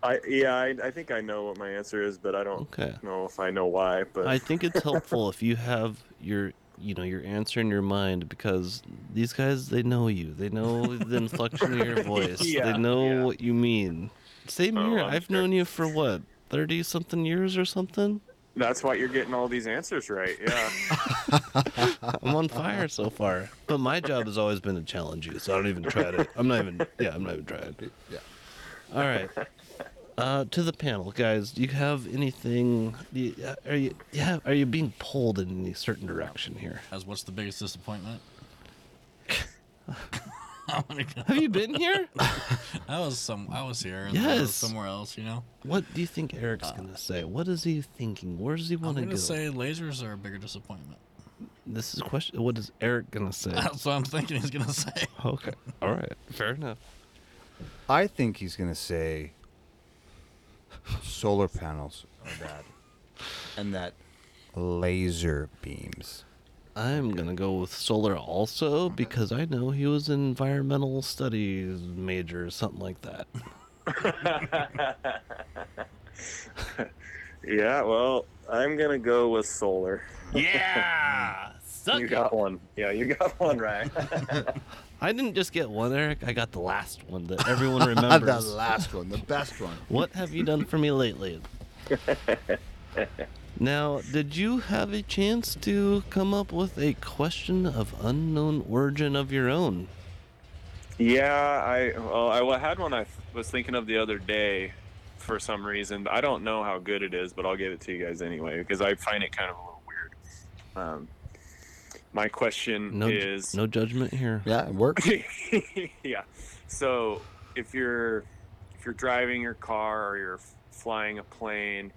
S4: I yeah, I, I think I know what my answer is, but I don't
S3: Okay.
S4: know if I know why. But
S3: I think it's helpful if you have your you know your answer in your mind because these guys they know you. They know the inflection of your voice.
S4: Yeah,
S3: they know
S4: yeah.
S3: what you mean. Same
S4: Oh,
S3: here.
S4: I'm
S3: I've
S4: sure.
S3: known you for what thirty something years or something.
S4: that's why you're getting all these answers right. Yeah.
S3: I'm on fire so far. But my job has always been to challenge you, so I don't even try to. I'm not even. Yeah, I'm not even trying.
S1: Yeah.
S3: All right. Uh, to the panel, guys. Do you have anything? do you- uh, are you yeah? Are you being pulled in any certain direction here?
S2: As what's the biggest disappointment? I'm gonna go.
S3: Have you been here?
S2: I was some. I was here. And then I was
S3: Yes.
S2: somewhere else. You know.
S3: what do you think Eric's gonna say? What is he thinking? Where does he
S2: I'm
S3: want to
S2: gonna
S3: go?
S2: say lasers are a bigger disappointment.
S3: this is a question. What is Eric gonna say?
S2: That's what I'm thinking he's gonna say.
S3: okay. All right. Fair enough.
S1: I think he's gonna say solar panels
S4: Oh,
S1: are bad, and that laser beams.
S3: I'm gonna go with solar also because I know he was an environmental studies major or something like that.
S4: yeah. Well, I'm gonna go with solar.
S3: Yeah,
S4: You got one. Yeah, you got one right.
S3: I didn't just get one, Eric. I got the last one that everyone remembers.
S1: The last one, the best one.
S3: what have you done for me lately? now, did you have a chance to come up with a question of unknown origin of your own?
S4: Yeah, I well, I had one I was thinking of the other day for some reason. I don't know how good it is, but I'll give it to you guys anyway because I find it kind of a little weird. Um, my question
S3: No,
S4: is
S3: no judgment here.
S1: Yeah, it worked.
S4: yeah. So if you're if you're driving your car or you're f- flying a plane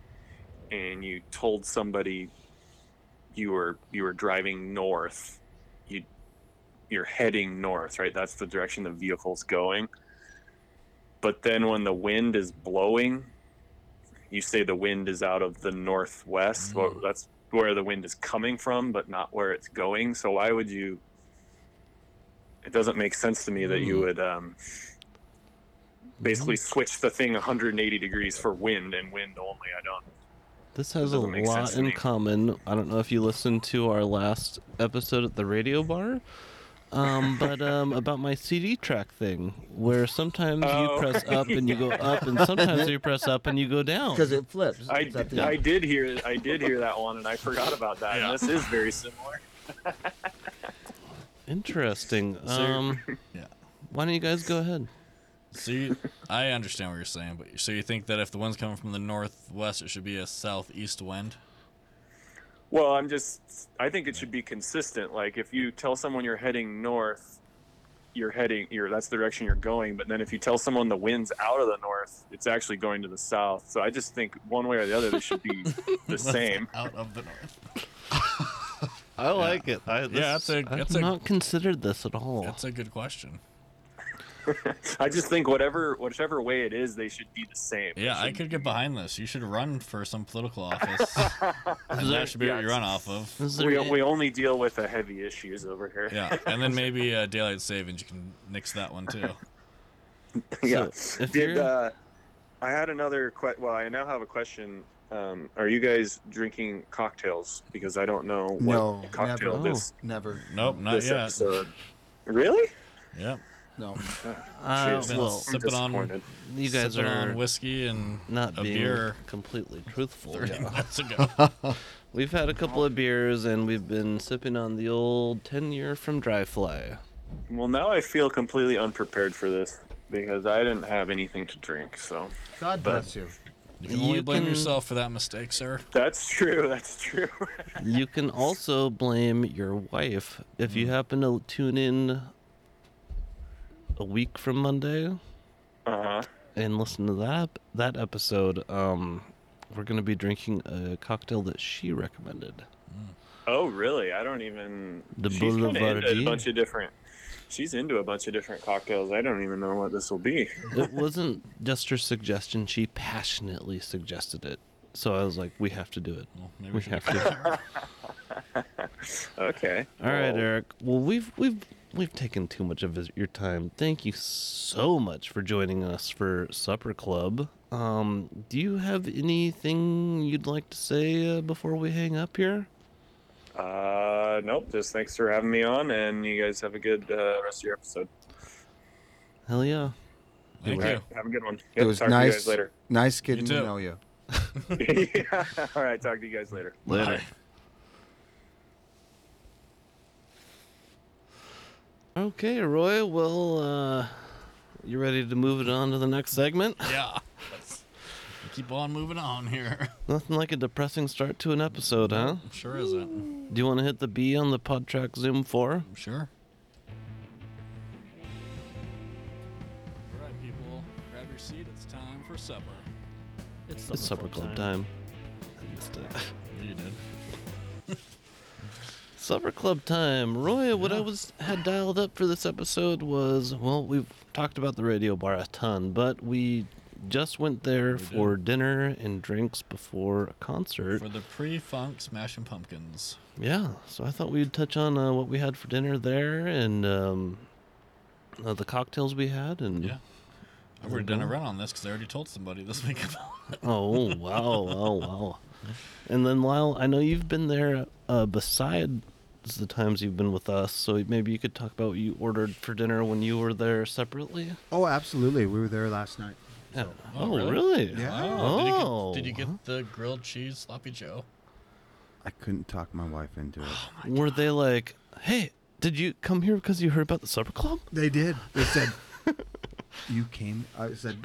S4: and you told somebody you were you were driving north, you you're heading north, right? That's the direction the vehicle's going. But then when the wind is blowing, you say the wind is out of the northwest. Well,
S2: Mm.
S4: that's where the wind is coming from, but not where it's going. So why would you it doesn't make sense to me that
S1: Hmm.
S4: you would um, basically switch the thing 180 degrees for wind and wind only. I don't.
S3: This has a
S4: Doesn't make sense
S3: lot
S4: to
S3: in
S4: me.
S3: common. I don't know if you listened to our last episode at the radio bar, um, but um, about my CD track thing, where sometimes
S4: Oh.
S3: you press up and you go up, and sometimes you press up and you go down.
S1: Because it flips.
S4: I,
S1: Is that the-
S4: I did hear I did hear that one and I forgot about that.
S2: Yeah.
S4: And this is very similar.
S3: Interesting.
S2: you're-
S3: Um,
S2: Yeah.
S3: why don't you guys go ahead?
S2: So you, I understand what you're saying, but so you think that if the wind's coming from the northwest, it should be a southeast wind?
S4: Well, I'm just I think it should be consistent. Like if you tell someone you're heading north, you're heading you're that's the direction you're going, but then if you tell someone the wind's out of the north, it's actually going to the south. So I just think one way or the other they should be the same.
S2: Out of the north.
S3: I like it. I,
S2: Yeah, that's a- that's
S3: I've
S2: a-
S3: not considered this at all.
S2: That's a good question.
S4: I just think whatever whichever way it is, they should be the same. They
S2: Yeah, I
S4: should-
S2: could get behind this. You should run for some political office. and that should be what you run off of.
S3: Is there
S4: we,
S3: a-
S4: we only deal with the heavy issues over here.
S2: Yeah, and then maybe uh, daylight savings. You can nix that one too.
S4: yeah.
S3: So, if
S4: Did
S3: you're-
S4: uh, I had another que- Well, I now have a question. Um, are you guys drinking cocktails? Because I don't know what
S1: No, never.
S4: cocktail
S3: Oh.
S4: this
S1: Never.
S2: Nope, not
S4: this
S2: yet.
S4: episode. Really?
S2: Yep.
S1: No.
S3: uh,
S4: Jeez,
S2: been
S3: well,
S2: sipping on-
S4: disappointed.
S3: you guys
S2: Sipping
S3: are
S2: on whiskey and
S3: not
S2: a
S3: being
S2: beer.
S3: completely truthful.
S2: Thirty
S3: Yeah.
S2: minutes ago.
S3: We've had a couple of beers and we've been sipping on the old 10 year from Dry Fly.
S4: Well, now I feel completely unprepared for this because I didn't have anything to drink. So
S1: God bless you.
S2: You can only
S3: You
S2: blame
S3: can-
S2: yourself for that mistake, sir.
S4: that's true. That's true.
S3: You can also blame your wife if
S2: Mm.
S3: you happen to tune in a week from Monday
S4: uh huh.
S3: and listen to that that episode. Um, we're gonna be drinking a cocktail that she recommended.
S4: Oh, really? I don't even.
S3: The
S4: she's kinda into a
S3: Boulevardier.
S4: bunch of different. She's into a bunch of different cocktails. I don't even know what this will be.
S3: It wasn't just her suggestion; she passionately suggested it. So I was like, "We have to do it.
S2: Well, maybe
S3: we
S2: we should-
S3: have to."
S4: Okay.
S3: All right,
S4: Well,
S3: Eric. Well, we've we've we've taken too much of his- your time. Thank you so much for joining us for Supper Club. Um, do you have anything you'd like to say uh, before we hang up here?
S4: Uh, nope. Just thanks for having me on, and you guys have a good uh, rest of your episode.
S3: Hell yeah.
S2: Thank you.
S4: Have a good one.
S1: It
S4: Yep,
S1: was
S4: talk
S1: nice.
S4: to
S1: Nice getting to
S2: too.
S1: know you.
S4: you guys later. Yeah. All right. Talk to you guys later.
S3: Later.
S2: Bye.
S3: Okay, Roy. Well, uh, you ready to move it on to the next segment?
S2: Yeah. Let's keep on moving on here.
S3: Nothing like a depressing start to an episode, huh?
S2: Sure isn't.
S3: Do you want to hit the B on the pod track Zoom 4?
S2: Sure. All right, people. Grab your seat. It's time for supper.
S3: It's Supper Club time. I missed it.
S2: You did.
S3: Supper Club time, Roy. What I
S2: Yeah.
S3: was had dialed up for this episode was well, we've talked about the radio bar a ton, but we just went there for dinner and drinks before a concert.
S2: For the pre-funk Smashing Pumpkins.
S3: yeah, so I thought we'd touch on uh, what we had for dinner there and um, uh, the cocktails we had, and
S2: Yeah. I've already done a run on this because I already told somebody this week about it.
S3: oh wow, wow, wow. And then Lyle, I know you've been there uh, besides the times you've been with us, so maybe you could talk about what you ordered for dinner when you were there separately.
S1: Oh, absolutely. We were there last night.
S3: Yeah.
S2: Oh,
S3: Oh,
S2: really?
S3: really?
S1: Yeah.
S2: Wow. Did you get,
S3: Oh.
S2: did you get the grilled cheese sloppy Joe?
S1: I couldn't talk my wife into it.
S3: Were they like, hey, did you come here because you heard about the supper club?
S1: They did. They said, "You came." I said,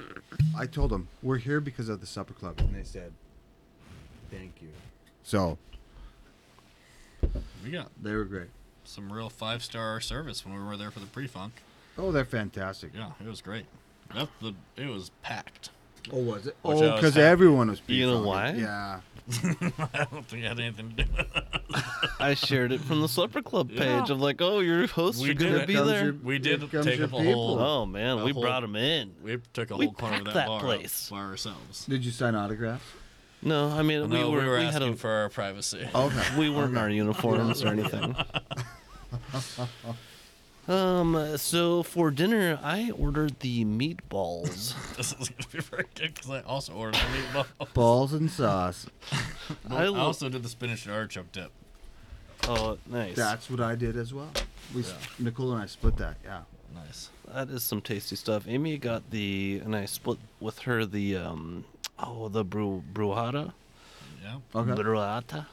S1: "I told them we're here because of the supper club," and they said, "Thank you." So
S2: We got
S1: they were great.
S2: some real five-star service when we were there for the pre-funk.
S1: Oh, they're fantastic.
S2: Yeah, it was great. That the it was packed.
S1: Oh, was it?
S2: Which I
S1: oh,
S2: was
S1: because
S2: happy.
S1: everyone was.
S3: You
S1: beef
S3: know
S1: on it.
S3: why?
S1: Yeah.
S2: I don't think it had anything to do with it.
S3: I shared it from the supper club page.
S2: Yeah.
S3: I'm like, oh, your hosts
S2: We
S3: are going
S2: did
S3: to
S2: it.
S3: be
S1: Comes
S3: there.
S1: your-
S2: We
S1: Here
S2: did
S1: comes
S2: take
S1: your
S2: up a
S1: people.
S2: whole.
S3: oh, man,
S2: a
S3: we
S2: whole-
S3: brought them in.
S2: We took a
S3: We
S2: whole corner of
S3: packed
S2: that,
S3: that
S2: bar
S3: place.
S2: up by ourselves.
S1: Did you sign autographs?
S3: No, I mean,
S2: no,
S3: we were, we had
S2: asking
S3: a, Oh.
S2: for our privacy.
S1: Okay.
S3: we weren't in our uniforms or anything. um, so for dinner, I ordered the meatballs.
S2: This is gonna be very good because I also ordered a meatball.
S1: Balls and sauce.
S2: I,
S3: lo-
S2: also did the spinach and artichoke dip.
S3: oh, nice.
S1: That's what I did as well. We s Nicole and I split that. Yeah.
S2: Nice.
S3: That is some tasty stuff. Amy got the, and I split with her the, um, oh, the bru- bruhata.
S2: Yeah.
S1: Okay.
S3: Bruhata.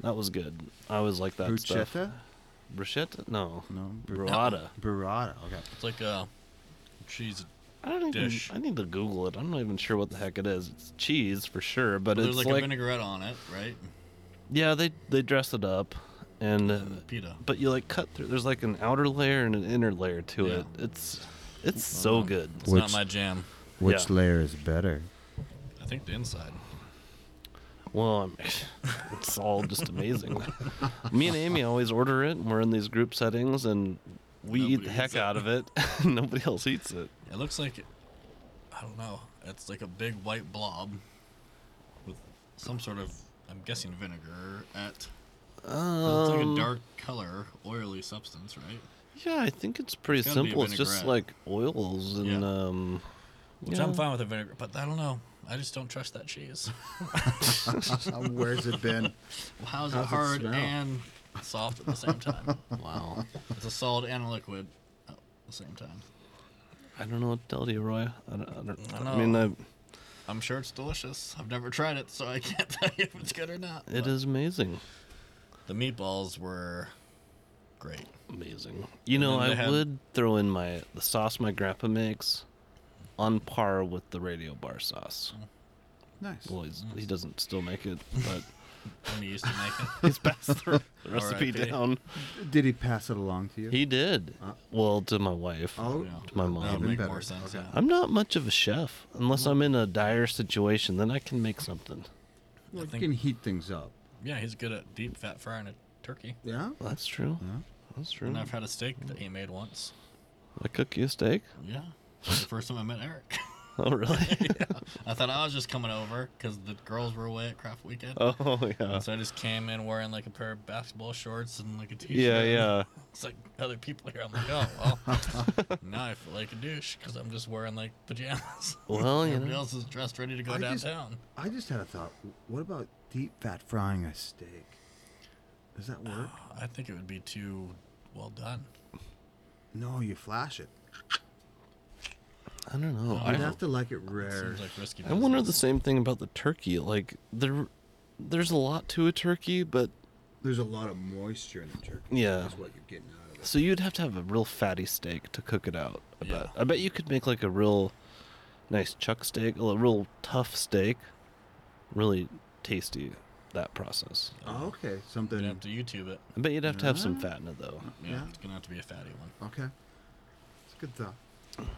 S3: That was good. I always like that stuff.
S1: Bruschetta?
S3: Bruschetta? No.
S1: No. Bru-
S3: Bruhata.
S1: burrata. Okay.
S2: It's like a cheese.
S3: I don't even,
S2: Dish.
S3: I need to Google it. I'm not even sure what the heck it is. It's cheese for sure, but
S2: There's
S3: it's
S2: like,
S3: like,
S2: a vinaigrette on it, right?
S3: yeah, they, they dress it up and, uh,
S2: And pita.
S3: but you like cut through, there's like an outer layer and an inner layer to
S2: Yeah.
S3: it. It's, it's so good.
S2: It's not
S1: Which-
S2: my jam.
S1: Which
S3: Yeah.
S1: layer is better?
S2: I think the inside.
S3: Well, I'm, it's all just amazing. Me and Amy always order it, and we're in these group settings, and we eat
S2: Nobody
S3: the heck
S2: eats it.
S3: out of it. and Nobody else eats it.
S2: It looks like, I don't know. It's like a big white blob with some sort of, I'm guessing vinegar at. It's like a
S3: Um,
S2: dark color, oily substance, right?
S3: yeah, I think it's pretty
S2: gotta be a
S3: simple. It's just like
S2: vinaigrette.
S3: oils and
S2: Yeah.
S3: um.
S2: Which
S3: yeah.
S2: I'm fine with the vinegar, but I don't know. I just don't trust that cheese.
S1: Uh, where's it been?
S2: How's
S1: How's
S2: it
S1: it
S2: hard
S1: smell?
S2: and soft at the same time?
S3: Wow.
S2: it's a solid and a liquid at the same time.
S3: I don't know what to tell you, Roy. I don't. I, don't,
S2: I
S3: I, mean, I,
S2: I'm sure it's delicious. I've never tried it, so I can't tell you if it's good or not.
S3: it
S2: but
S3: is amazing.
S2: The meatballs were great.
S3: Amazing. You know,
S2: then
S3: I
S2: they had-
S3: would throw in my the sauce my grandpa makes, on par with the radio bar sauce.
S1: Nice.
S3: Well, he's, he doesn't still make it, but
S2: When you used to make it.
S3: he's passed the the recipe
S2: R.I.P..
S3: down.
S1: Did he pass it along to you?
S3: He did.
S1: Uh,
S3: Well, to my wife.
S1: oh,
S2: Yeah.
S3: my
S2: That would
S3: mom.
S2: make
S1: Even
S2: more
S1: better.
S2: sense.
S1: Okay.
S2: yeah.
S3: I'm not much of a chef unless I'm in a dire situation. Then I can make something.
S1: well,
S2: I think-
S1: you can heat things up.
S2: Yeah, he's good at deep fat frying a turkey.
S1: Yeah.
S3: Well, that's true.
S1: Yeah.
S3: That's true.
S2: And I've had a steak that he made once.
S3: I cook you a steak.
S2: Yeah. That's the first time I met Eric.
S3: Oh really?
S2: I thought I was just coming over because the girls were away at craft weekend.
S3: oh yeah.
S2: So I just came in wearing like a pair of basketball shorts and like a t-shirt.
S3: Yeah, yeah.
S2: It's like other people here. I'm like, oh well. now I feel like a douche because I'm just wearing like pajamas.
S3: Well, you
S2: Everybody
S3: know.
S2: else is dressed ready to go
S1: I just-
S2: downtown.
S1: I just had a thought. What about deep fat frying a steak? Does that work?
S2: I think it would be too well done.
S1: No, you flash it.
S3: I don't know.
S1: You'd
S3: I,
S1: have to like it rare.
S2: Seems like risky.
S3: I wonder the
S2: business.
S3: same thing about the turkey. Like there, there's a lot to a turkey, but
S1: There's a lot of moisture in the turkey.
S3: Yeah.
S1: That's what you're getting out of it.
S3: so you'd have to have a real fatty steak to cook it out. I
S2: Yeah.
S3: bet. I bet you could make like a real nice chuck steak, a real tough steak, really tasty. That process.
S1: Oh, okay. Something.
S2: You'd have to YouTube it.
S3: I bet you'd have to have some fat in it though.
S2: Yeah,
S1: Yeah.
S2: it's gonna have to be a fatty one.
S1: Okay. It's a good thought.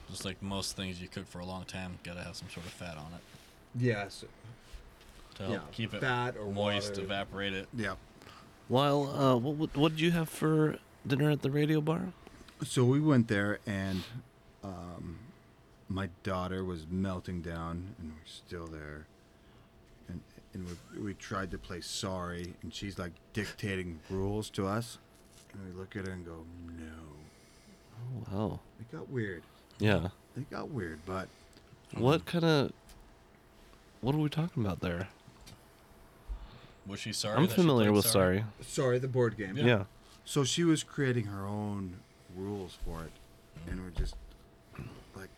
S2: Just like most things you cook for a long time, gotta have some sort of fat on it
S1: Yes.
S2: to help
S1: Yeah,
S2: keep it
S1: fat or
S2: moist,
S1: water.
S2: evaporate it.
S1: Yeah.
S3: Lyle, uh, what, what what did you have for dinner at the radio bar?
S1: So we went there, and um, my daughter was melting down, and we're still there. And, and we, we tried to play sorry, and she's like dictating rules to us. And we look at her and go, no.
S3: Wow.
S1: It got weird.
S3: Yeah.
S1: It got weird, but
S3: What kind of what are we talking about there?
S2: Was she sorry?
S3: I'm
S2: that she
S3: familiar
S2: played
S3: with
S2: sorry.
S3: sorry.
S1: sorry, the board game.
S2: Yeah.
S3: Yeah.
S1: So she was creating her own rules for it, and we're just like,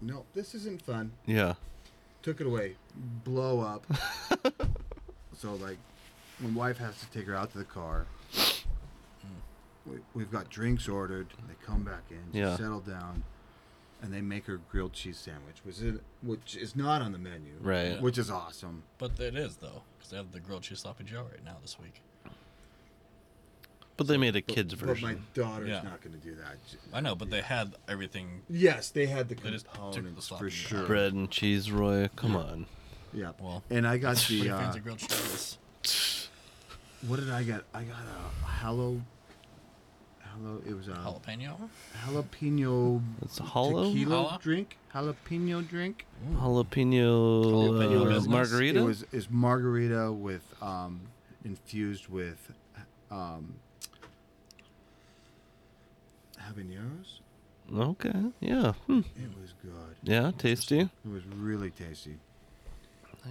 S1: no, this isn't fun.
S3: Yeah.
S1: took it away. Blow up. so like, my wife has to take her out to the car. We, we've got drinks ordered. They come back in. She
S3: Yeah.
S1: Settle down, and they make her grilled cheese sandwich, which is which is not on the menu.
S3: Right.
S1: Which is awesome.
S2: But it is though, because they have the grilled cheese sloppy joe right now this week.
S3: But they made a kids
S1: but
S3: version.
S1: my daughter's
S2: Yeah.
S1: not going to do that. She-
S2: I know, but they had everything.
S1: Yes, they had the
S2: They just took the
S1: components
S2: slot
S1: for
S2: and-
S1: sure.
S3: Bread and cheese, Roy. Come on.
S1: Yeah.
S2: Well,
S1: and I got
S2: pretty
S1: the. Uh,
S2: fancy grilled cheese.
S1: what did I get? I got a hallow. Hallow. It was a
S2: Jalapeno.
S1: jalapeno
S3: It's a hollow
S1: tequila
S2: Holla?
S1: drink, jalapeno drink.
S2: Jalapeno
S3: jalapeno uh,
S2: business?
S3: margarita.
S1: It was is margarita with um, infused with um, habaneros.
S3: okay. Yeah. Hmm.
S1: It was good.
S3: Yeah, tasty.
S1: It was really tasty.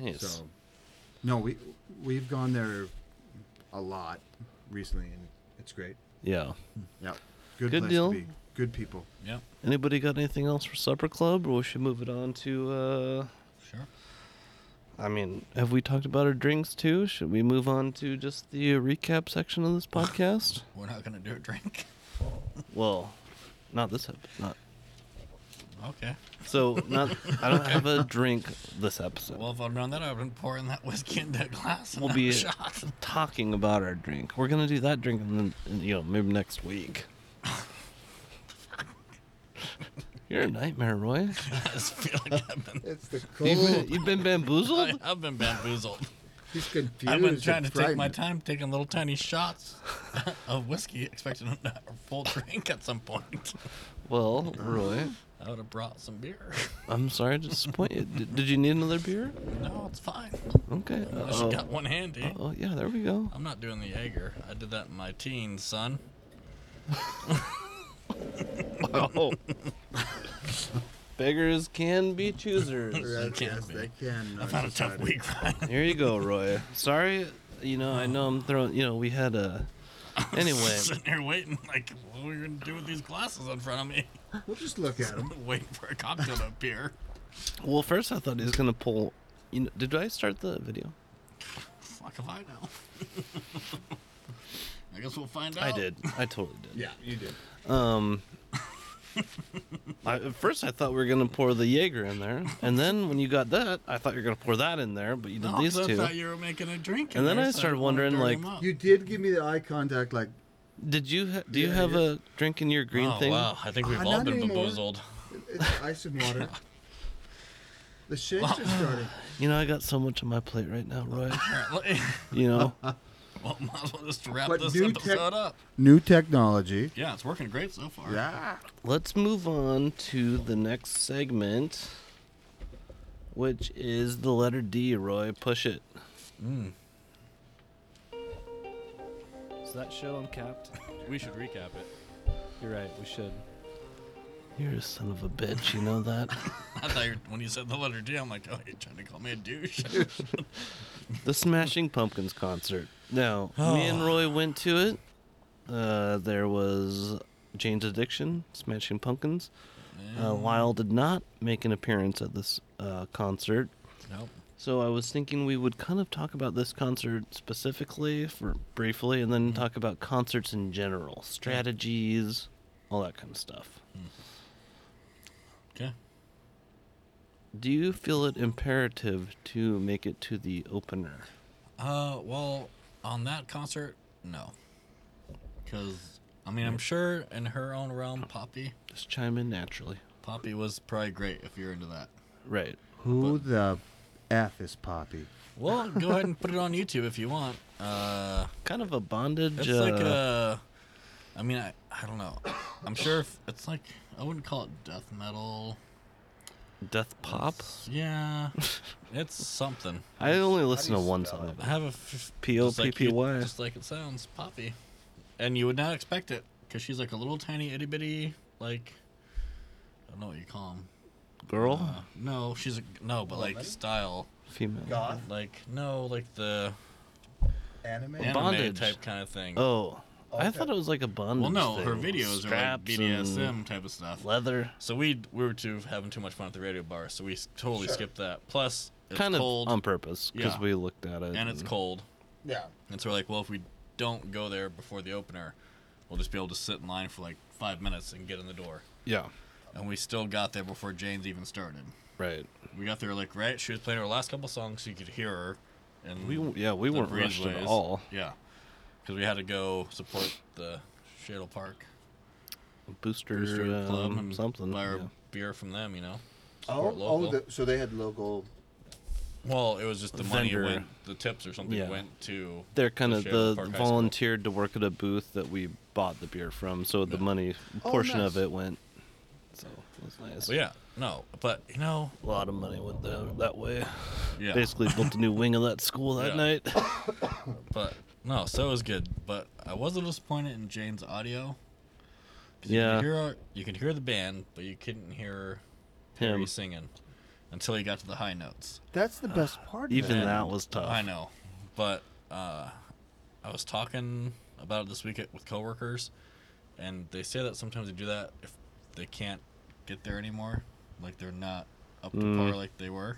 S3: Nice.
S1: So, no, we we've gone there a lot recently, and it's great.
S3: Yeah.
S1: Yeah, good,
S3: Good
S1: place
S3: deal.
S1: to be. Good people.
S2: Yep.
S3: Anybody got anything else for supper club or we should move it on to uh
S2: Sure.
S3: I mean, have we talked about our drinks too? Should we move on to just the recap section of this podcast?
S2: We're not gonna do a drink.
S3: well, not this episode. Not
S2: Okay.
S3: So not I don't have a drink this episode.
S2: Well, if I'd known that, I'd been pouring that whiskey in that glass. and
S3: we'll
S2: have
S3: be
S2: a shot.
S3: talking about our drink. We're gonna do that drink and then you know maybe next week. You're a nightmare, Roy.
S2: I just feel like I've been,
S1: It's the
S3: You've been,
S1: cold.
S3: you've been bamboozled.
S2: I've been bamboozled.
S1: He's confused.
S2: I've been trying to
S1: and
S2: take my
S1: frightened.
S2: time, taking little tiny shots of whiskey, expecting a full drink at some point.
S3: Well, Roy,
S2: I would have brought some beer.
S3: I'm sorry to disappoint you. Did, did you need another beer?
S2: No, it's fine.
S3: Okay.
S2: Unless you
S3: Uh,
S2: got one handy.
S3: oh, yeah. There we go.
S2: I'm not doing the Jaeger. I did that in my teens, son.
S3: Oh. Beggars can be choosers.
S1: Yes,
S2: can
S1: yes,
S2: be.
S1: they can.
S2: I've had a tough week, Ryan.
S3: Here you go, Roy. Sorry, you know, I know I'm throwing, you know, we had a. Anyway,
S2: Sitting here waiting, like, what are we going to do with these glasses in front of me?
S1: We'll just look at him.
S2: waiting for a cocktail to appear.
S3: well, first I thought he was going to pull. You know, did I start the video?
S2: Fuck if I know. I guess we'll find out.
S3: I did. I totally did.
S1: Yeah, you did.
S3: Um. I, at first, I thought we were gonna pour the Jaeger in there, and then when you got that, I thought you were gonna pour that in there, but you did
S2: No,
S3: these
S2: 'cause I
S3: two.
S2: thought you were making a drink. in
S3: And then
S2: there,
S3: I
S2: so
S3: started
S2: wanna
S3: wondering,
S2: dirty
S3: like,
S2: 'em up.
S1: You did give me the eye contact, like
S3: Did you ha- do you
S1: Yeah,
S3: have
S1: yeah.
S3: a drink in your green
S2: oh,
S3: thing?
S2: wow. I think we've
S1: Ah,
S2: all
S1: not
S2: been
S1: anymore.
S2: bamboozled.
S1: it's ice and water. The shakes are starting.
S3: You know, I got so much on my plate right now, Roy.
S2: Apparently.
S3: You know,
S2: Well, might as well just wrap
S1: But
S2: this
S1: new
S2: episode
S1: tech-
S2: up.
S1: New technology.
S2: Yeah, it's working great so far.
S1: Yeah.
S3: Let's move on to the next segment, which is the letter D. Roy, push it.
S5: Is that show uncapped?
S2: We should recap it.
S5: You're right. We should.
S3: You're a son of a bitch. You know that.
S2: I thought you were, when you said the letter D, I'm like, oh, you're trying to call me a douche.
S3: the Smashing Pumpkins concert. Now, me and Roy went to it. Uh, there was Jane's Addiction, Smashing Pumpkins. Uh, Lyle did not make an appearance at this uh, concert.
S2: nope.
S3: So I was thinking we would kind of talk about this concert specifically for briefly and then talk about concerts in general, strategies, all that kind of stuff.
S2: Okay.
S3: Do you feel it imperative to make it to the opener?
S2: Uh, well, on that concert, no. Because I mean, I'm sure in her own realm, Poppy,
S3: Just chime in naturally.
S2: Poppy was probably great if you're into that.
S3: Right.
S1: Who the F is Poppy?
S2: Well, go ahead and put it on YouTube if you want. Uh,
S3: Kind of a bondage.
S2: it's
S3: uh,
S2: like a, I mean, I, I don't know. I'm sure if it's like I wouldn't call it death metal.
S3: Death Pop?
S2: Yeah, it's something.
S3: I only listen
S1: do
S3: to
S1: you
S3: one
S1: spell
S3: song
S1: it?
S3: of
S2: I
S3: it.
S2: have a f-
S3: P O P P
S2: just like
S3: Y.
S2: you- just like it sounds, Poppy, and you would not expect it because she's like a little tiny itty bitty like. I don't know what you call them.
S3: Girl?
S2: Uh, No, she's a, no, but like style,
S3: Female.
S2: like no, like the
S1: Anime?
S2: anime
S3: Bondage.
S2: type kind of thing.
S3: Oh. I
S1: Okay.
S3: thought it was like a bondage.
S2: well, no, her
S3: thing.
S2: videos
S3: Straps
S2: are like BDSM
S3: and
S2: type of stuff.
S3: Leather.
S2: So we we were too having too much fun at the radio bar, so we s- totally skipped that. Plus, it's
S3: kind
S2: cold
S3: of on purpose because
S2: Yeah.
S3: we looked at it.
S2: and it's cold,
S1: Yeah.
S2: and so we're like, well, if we don't go there before the opener, we'll just be able to sit in line for like five minutes and get in the door.
S3: Yeah.
S2: And we still got there before Jane's even started.
S3: Right.
S2: We got there like right. She was playing her last couple songs, so you could hear her. And
S3: We yeah we
S2: Mm. the
S3: weren't rushed at
S2: breezeways.
S3: all.
S2: Yeah, because we had to go support the Shadle Park
S3: Booster,
S2: Brewster Club
S3: um,
S2: and
S3: something.
S2: buy our
S3: yeah.
S2: beer from them. You know,
S1: Oh,
S2: support
S1: oh
S2: local.
S1: the, so they had local.
S2: well, it was just the
S3: Vendor.
S2: money went, the tips or something
S3: Yeah.
S2: went to.
S3: They're kind of
S2: Shadle
S3: the
S2: Park High School.
S3: volunteered to work at a booth that we bought the beer from, so the
S2: Yeah.
S3: money
S1: Oh,
S3: portion
S1: nice.
S3: of it went. So it was nice.
S2: So yeah, no, but you know,
S3: A lot of money went the, that way.
S2: yeah,
S3: Basically built a new wing of that school that
S2: Yeah.
S3: night.
S2: but no, so it was good. But I was a little disappointed in Jane's audio. 'Cause
S3: Yeah.
S2: you could, hear, you could hear the band, but you couldn't hear Perry
S3: Him.
S2: singing until he got to the high notes.
S1: That's the best part. of
S3: Even
S1: it.
S3: that was tough.
S2: I know, but uh, I was talking about it this week at- with coworkers, and they say that sometimes they do that if they can't get there anymore, like they're not up to par like they were.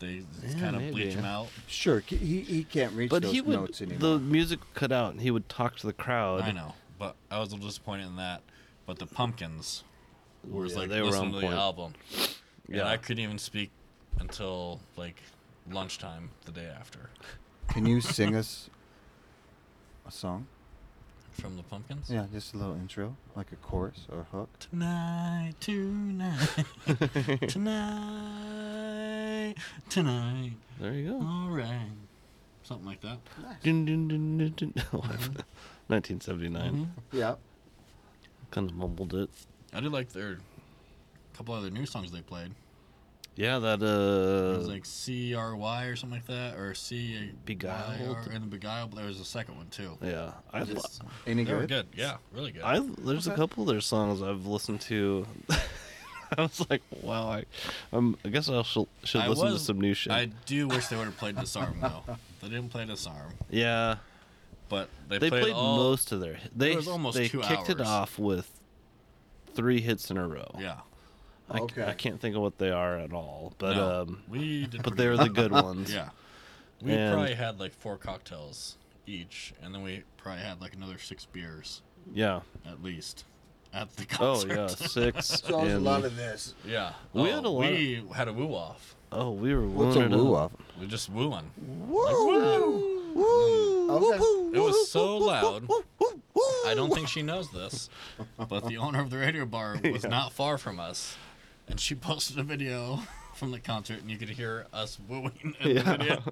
S2: They
S3: Mm. Yeah,
S2: kind of
S3: maybe.
S2: bleach them out.
S1: Sure, c- he, he can't reach
S3: But
S1: those
S3: he would.
S1: notes anymore.
S3: The music cut out, and he would talk to the crowd.
S2: I know, but I was a little disappointed in that. But the pumpkins
S3: Ooh,
S2: was
S3: yeah,
S2: like
S3: they were
S2: listening
S3: on
S2: to
S3: point.
S2: the album,
S3: Yeah.
S2: and I couldn't even speak until like lunchtime the day after
S1: Can you sing us a song?
S2: from the pumpkins.
S1: Yeah, just a little intro, like a chorus or a hook.
S2: Tonight, tonight, tonight, tonight.
S3: There you go.
S2: All right, something like that.
S3: Dun, dun, dun, dun, dun. 1979.
S2: Mm-hmm.
S1: Yeah.
S3: Kind of mumbled it.
S2: I did like their couple other new songs they played.
S3: Yeah, that
S2: It
S3: uh,
S2: was like C R Y or something like that, or C
S3: Beguiled.
S2: and the Beguiled. There was a second one too.
S3: yeah. I lo-
S2: Just-
S1: Any
S2: they were
S1: good?
S2: good. Yeah, really good.
S3: I there's a couple of their songs I've listened to. I was like, wow. I, um, I guess I should should
S2: I
S3: listen to
S2: was-
S3: some new shit.
S2: I do wish they would have played Disarm though. They didn't play Disarm,
S3: yeah,
S2: but they,
S3: they played,
S2: all,
S3: most of their. hi- They
S2: was almost
S3: they
S2: two
S3: kicked it
S2: hours.
S3: off with three hits in a row.
S2: Yeah,
S3: I, c-
S1: Okay.
S3: I can't think of what they are at all, but
S2: No,
S3: um,
S2: we did pretty
S3: but they were the good ones.
S2: Yeah. We
S3: And-
S2: probably had like four cocktails each, and then we probably had like another six beers
S3: Yeah.
S2: at least at the
S3: Oh
S2: concert.
S3: yeah, six.
S1: So it was a
S3: and-
S1: lot of this.
S2: yeah.
S3: We
S2: Oh,
S3: had a lot of-
S2: We had a woo off.
S3: Oh, we were
S1: What's a
S3: wounded up.
S1: woo off?
S2: We just woo on.
S1: Okay.
S2: It was so loud. I don't think she knows this, but the owner of the radio bar was not far from us, and she posted a video from the concert, and you could hear us booing in
S3: Yeah.
S2: the video.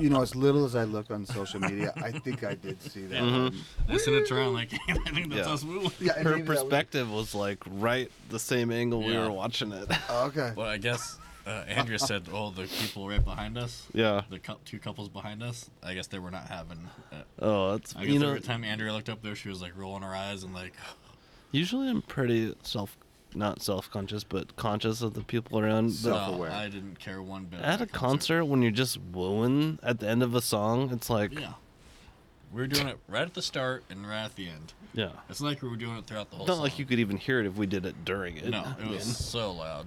S1: You know, as little as I look on social media, I think I did see that.
S3: Mhm.
S2: I sent it around like, I think that's
S3: Yeah.
S2: us booing.
S1: Yeah, and
S3: Her
S1: maybe that was-
S3: perspective was like right the same angle we
S2: Yeah.
S3: were watching it.
S1: Oh, okay.
S2: Well, I guess uh, Andrea said, "Oh, the people right behind us,
S3: yeah.
S2: the cou- two couples behind us. I guess they were not having." It.
S3: Oh, that's
S2: I guess
S3: you know.
S2: every time Andrea looked up there, she was like rolling her eyes and like,
S3: Usually, I'm pretty self, not self-conscious, but conscious of the people around.
S1: So-
S3: But
S1: Self-aware.
S2: "No, I didn't care one bit."
S3: at a concert, when you're just wooing at the end of a song, it's like, yeah,
S2: yeah, we were doing it right at the start and right at the end. It's like we were doing it throughout the whole.
S3: not
S2: song.
S3: like you could even hear it if we did it during it.
S2: No, it was so loud.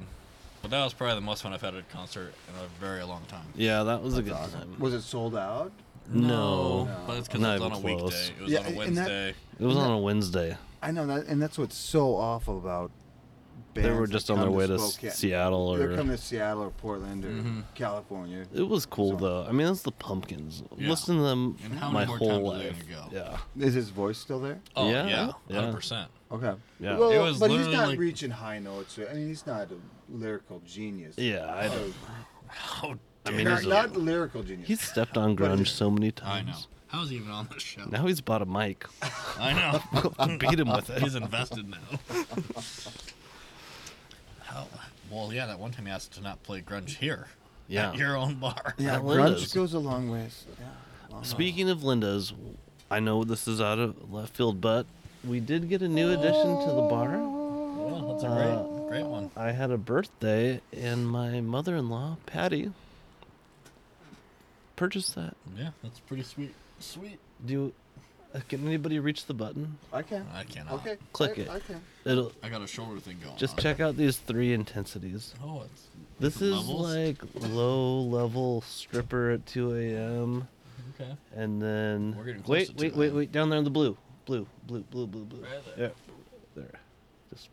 S2: But that was probably the most fun I've had at a concert in a very long time.
S3: Yeah, that was a good
S1: That's awesome.
S3: time.
S1: Was it sold out?
S3: No.
S2: but it's because
S3: Not
S2: it was on a
S3: even close.
S2: weekday. It was
S1: Yeah,
S2: on a
S1: and that-
S2: Wednesday.
S3: It was on a Wednesday.
S1: I know that, and that's what's so awful about. Bands
S3: They were
S1: that
S3: just on
S1: come
S3: their way to
S1: Spokane.
S3: Seattle
S1: They're coming
S3: or.
S1: to Seattle or Portland or
S2: Mhm.
S1: California.
S3: It was cool
S1: Sorry.
S3: though. I mean, that's the Pumpkins.
S2: Yeah.
S3: Listen to them
S2: And how many
S3: my
S2: more
S3: whole
S2: times are they
S3: life.
S2: gonna go?
S3: Yeah.
S1: Is his voice still there?
S2: Oh
S3: Yeah,
S2: yeah,
S3: yeah.
S2: hundred percent.
S1: Okay.
S3: Yeah.
S1: Well,
S2: It was
S1: but he's
S2: literally
S1: not
S2: like-
S1: reaching high notes. I mean, he's not a lyrical genius.
S3: Yeah, I
S1: So-
S3: don't.
S2: How
S3: I
S2: dare
S3: mean,
S1: not,
S3: he's
S2: you?
S1: not lyrical genius.
S3: He's stepped on
S1: What is
S3: grunge
S1: it?
S3: so many
S2: I know.
S3: times.
S2: How's he even on the show?
S3: Now he's bought a mic.
S2: I know.
S3: I beat him with it.
S2: He's invested now. How? Well, yeah. That one time he asked to not play grunge here.
S3: Yeah.
S2: At your own bar.
S1: yeah,
S3: at
S1: grunge
S3: Windows.
S1: goes a long ways. Yeah. long
S3: Speaking of Linda's, I know this is out of left field, but we did get a new addition to the bar.
S2: Yeah, that's a great, great one.
S3: I had a birthday, and my mother in law, Patty, purchased that.
S2: Yeah, that's pretty sweet. Sweet.
S3: Do you, uh, Can anybody reach the button?
S1: I can.
S2: I cannot.
S1: Okay.
S3: Click
S1: I,
S3: it.
S1: I can.
S3: It'll
S2: I got a shoulder thing going.
S3: Just
S2: on.
S3: check out these three intensities.
S2: Oh, it's
S3: This is
S2: Levels?
S3: like low level stripper at 2 a.m.
S2: okay.
S3: And then
S2: We're getting close
S3: wait,
S2: to
S3: wait,
S2: 2
S3: wait,
S2: a.m..
S3: wait, down there in the blue, blue, blue, blue, blue, blue.
S2: Right
S3: there.
S2: there.
S3: there, just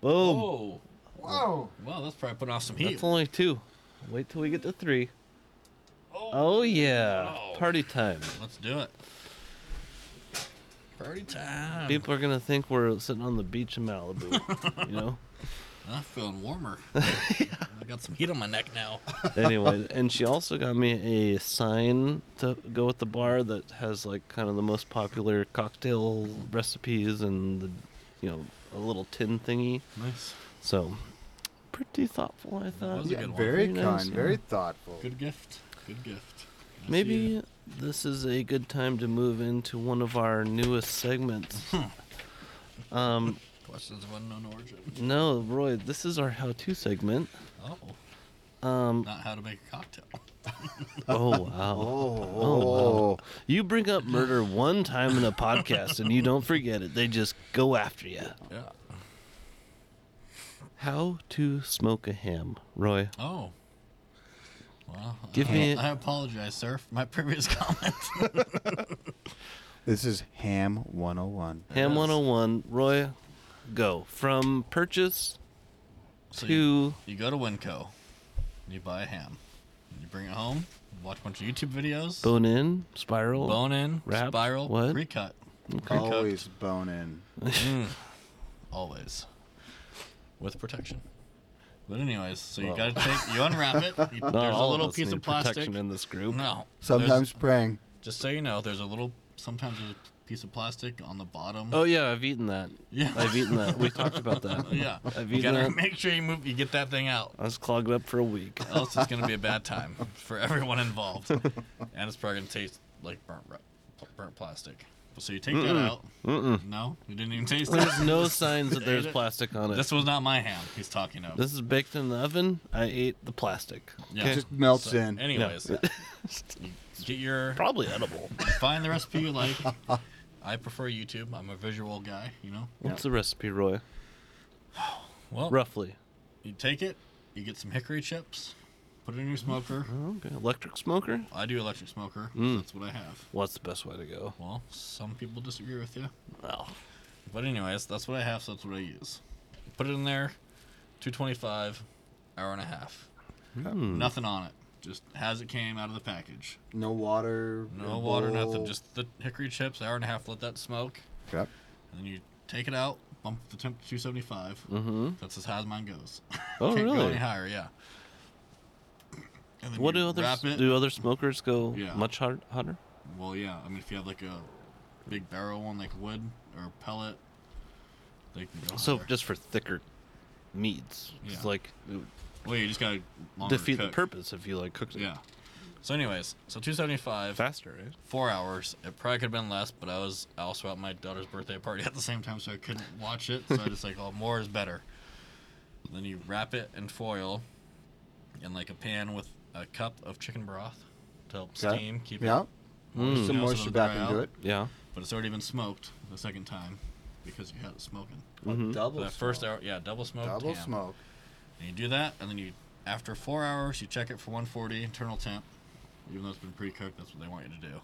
S3: boom.
S2: Oh,
S1: Whoa.
S2: wow, that's probably putting off some heat.
S3: That's only two. Wait till we get to three.
S2: Oh,
S3: Oh yeah,
S2: Wow.
S3: party time.
S2: let's do it. Party time.
S3: People are gonna think we're sitting on the beach in Malibu, you know.
S2: I'm feeling warmer. I got some heat on my neck now.
S3: anyway, and she also got me a sign to go with the bar that has like kind of the most popular cocktail recipes and the, you know, a little tin thingy.
S2: Nice.
S3: So, pretty thoughtful, I thought.
S2: was a
S1: Yeah,
S2: good one.
S1: very
S3: Very
S1: kind,
S3: nice, yeah.
S1: very thoughtful.
S2: Good gift. Good gift. I see
S3: Maybe
S2: you.
S3: this is a good time to move into one of our newest segments. um,
S2: questions of unknown origin.
S3: no, Roy, this is our how-to segment.
S2: Oh,
S3: Um,
S2: not how to make a cocktail.
S3: oh wow.
S1: Oh, oh,
S3: You bring up murder one time in a podcast and you don't forget it. They just go after you.
S2: Yeah.
S3: How to smoke a ham, Roy.
S2: Oh. Well,
S3: Give
S2: I,
S3: me-
S2: I apologize, sir, for my previous comment.
S1: This is Ham 101.
S3: ham
S2: Yes.
S3: 101, Roy, go. From purchase
S2: So you-
S3: to.
S2: You go to Winco, and you buy a ham. You bring it home, watch a bunch of YouTube videos,
S3: Bone in, spiral.
S2: bone in,
S3: wrapped,
S2: spiral,
S3: what? Mm.
S2: pre-cut, pre-cooked,
S1: Always bone in.
S2: Mm. always, with protection. But anyways, so you gotta take, you unwrap it. You,
S3: Not
S2: there's a
S3: Ah, all
S2: little
S3: us
S2: piece
S3: need
S2: of plastic.
S3: protection in this group.
S2: No,
S1: Sometimes
S2: there's-
S1: praying.
S2: just so you know, there's a little. Sometimes there's a piece of plastic on the bottom.
S3: Oh yeah, I've eaten that.
S2: Yeah.
S3: I've eaten that. We talked about that.
S2: yeah.
S3: I've
S2: You
S3: eaten
S2: gotta
S3: that.
S2: make sure you move. You get that thing out.
S3: I was clogged up for a week.
S2: else it's gonna be a bad time for everyone involved, and it's probably gonna taste like burnt ru- burnt plastic. So you take that out. No, you didn't even taste
S3: There's
S2: it.
S3: no signs that there's
S2: Ate it.
S3: plastic on it.
S2: This was not my ham. He's talking of.
S3: This is baked in the oven. I ate the plastic.
S2: Yeah.
S3: Okay?
S1: Just melts
S2: So,
S1: in.
S2: anyways, you get your
S3: Probably edible.
S2: find the recipe you like. I prefer YouTube. I'm a visual guy, you know.
S3: What's the recipe, Roy?
S2: Well,
S3: Roughly.
S2: you take it. You get some hickory chips. Put it in your smoker.
S3: Okay. Electric smoker?
S2: I do electric smoker. so
S3: Mm.
S2: that's what I have.
S3: What's the best way to go?
S2: Well, some people disagree with you.
S3: Well,
S2: But anyways, that's what I have, so that's what I use. Put it in there, 225, hour and a half.
S3: Hmm.
S2: Nothing on it. Just as it came out of the package.
S1: No water.
S2: No water,
S1: bowl.
S2: nothing. Just the hickory chips, hour and a half, let that smoke.
S1: Yep.
S2: And then you take it out, bump the temp to 275.
S3: Mm-hmm.
S2: That's as high as mine goes.
S3: Oh,
S2: Can't go
S3: really?
S2: any higher, yeah. And then
S3: What
S2: you
S3: do others
S2: wrap it.
S3: do? Other smokers go
S2: Yeah.
S3: much hard, hotter?
S2: Well, yeah. I mean, if you have like a big barrel one, like wood or pellet, they can go.
S3: So
S2: higher.
S3: just for thicker meats,
S2: Yeah.
S3: it's like it would
S2: well, you just gotta longer
S3: defeat the
S2: cook.
S3: purpose if you like cooked it
S2: Yeah. So, anyways, so 275,
S3: faster, right?
S2: four hours. It probably could have been less, but I was also at my daughter's birthday party at the same time, so I couldn't watch it. So I just like, oh, more is better. Then you wrap it in foil, in like a pan with a cup of chicken broth to help
S1: Yeah.
S2: steam, keep
S1: Yeah.
S2: it.
S1: There's some
S2: Yeah, so
S1: moisture
S2: it'll
S1: back
S2: dry
S1: into
S2: out.
S1: it.
S3: Yeah.
S2: But it's already been smoked the second time because you had it smoking.
S3: Mhm.
S1: Double
S2: So that first hour, yeah, double smoked.
S1: Double
S2: ham.
S1: smoke.
S2: And you do that, and then you, after four hours, you check it for 140 internal temp. Even though it's been pre-cooked, that's what they want you to do.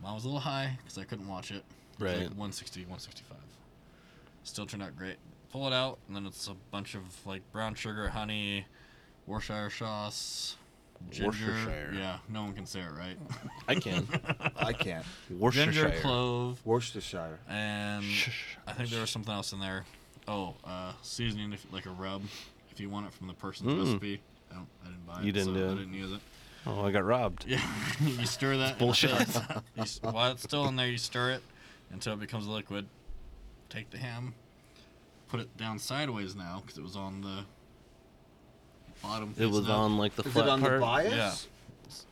S2: Mine was a little high because I couldn't watch it. It was like
S3: Right.
S2: 160, 165. Still turned out great. Pull it out, and then it's a bunch of like brown sugar, honey, Worcestershire sauce, ginger.
S3: Worcestershire.
S2: Yeah, no one can say it right.
S3: I can.
S1: I can't.
S2: ginger,
S3: Worcestershire.
S2: clove,
S1: Worcestershire.
S2: and
S3: Shh.
S2: I think there was something else in there. Oh, uh, seasoning if, like a rub, if you want it from the person's
S3: Mm.
S2: recipe. I, don't, I didn't buy it.
S3: You didn't
S2: so
S3: do
S2: I
S3: it.
S2: didn't use it.
S3: Oh, I got robbed.
S2: Yeah, you stir that.
S3: bullshit.
S2: until it's- you s- while it's still in there, you stir it until it becomes a liquid. Take the ham, put it down sideways now because it was on the bottom.
S3: It was
S2: facing up.
S3: on like the
S1: Is
S3: flat
S1: it on
S3: part.
S1: the bias?
S2: Yeah.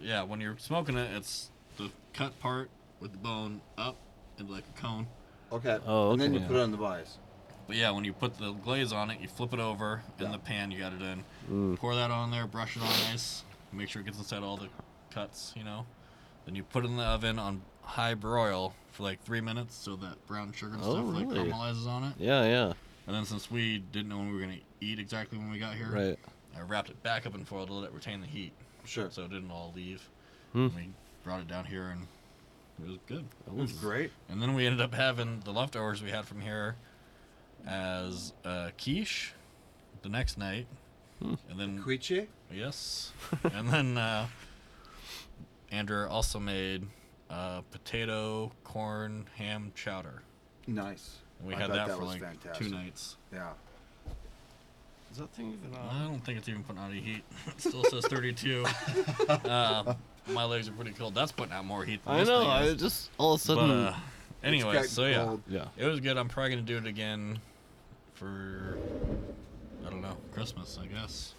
S2: Yeah, when you're smoking it, it's the cut part with the bone up and like a cone.
S1: Okay.
S3: Oh,
S1: And then
S3: okay.
S1: you put it on the bias.
S2: But yeah, when you put the glaze on it, you flip it over in the pan. You got it in.
S3: Mm.
S2: Pour that on there. Brush it on nice. Make sure it gets inside all the cuts. You know. Then you put it in the oven on high broil for like three minutes, so that brown sugar and
S3: Oh,
S2: stuff like
S3: really?
S2: caramelizes on it.
S3: Yeah, yeah.
S2: And then since we didn't know when we were gonna eat exactly when we got here,
S3: Right.
S2: I wrapped it back up in foil to let it retain the heat,
S1: Sure.
S2: so it didn't all leave.
S3: Hmm.
S2: And we brought it down here and it was good.
S1: It was great.
S2: And then we ended up having the leftovers we had from here as uh, quiche the next night.
S3: Hmm.
S2: And then,
S1: Quiche?
S2: yes. and then uh, Andrew also made uh, potato, corn, ham chowder.
S1: Nice.
S2: And we
S1: I
S2: had
S1: thought
S2: that,
S1: that
S2: for
S1: was
S2: like
S1: fantastic.
S2: two nights.
S1: Yeah.
S3: Is that thing even
S2: I don't think it's even putting out any heat. It still says 32. uh, my legs are pretty cold. That's putting out more heat than
S3: I
S2: this
S3: know.
S2: thing
S3: I
S2: is.
S3: just all of a
S2: But,
S3: sudden.
S2: uh, anyway,
S1: got
S2: so yeah.
S1: gold.
S3: yeah.
S2: It was good. I'm probably gonna do it again for I don't know Christmas, I guess.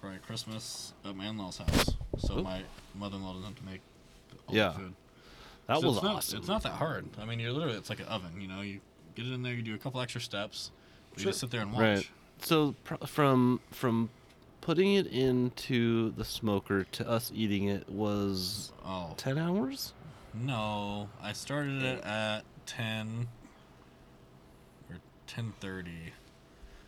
S2: Probably Christmas at my in-laws' house, so
S3: Ooh.
S2: my mother-in-law doesn't have to make the- all
S3: Yeah.
S2: the food.
S3: That
S2: So
S3: was
S2: it's not,
S3: awesome.
S2: It's not that hard. I mean, you're literally it's like an oven. You know, you get it in there, you do a couple extra steps, but you just sit there and watch.
S3: Right. So pr- from from putting it into the smoker to us eating it was
S2: Oh
S3: 10 hours?
S2: no! I started it at ten or ten thirty.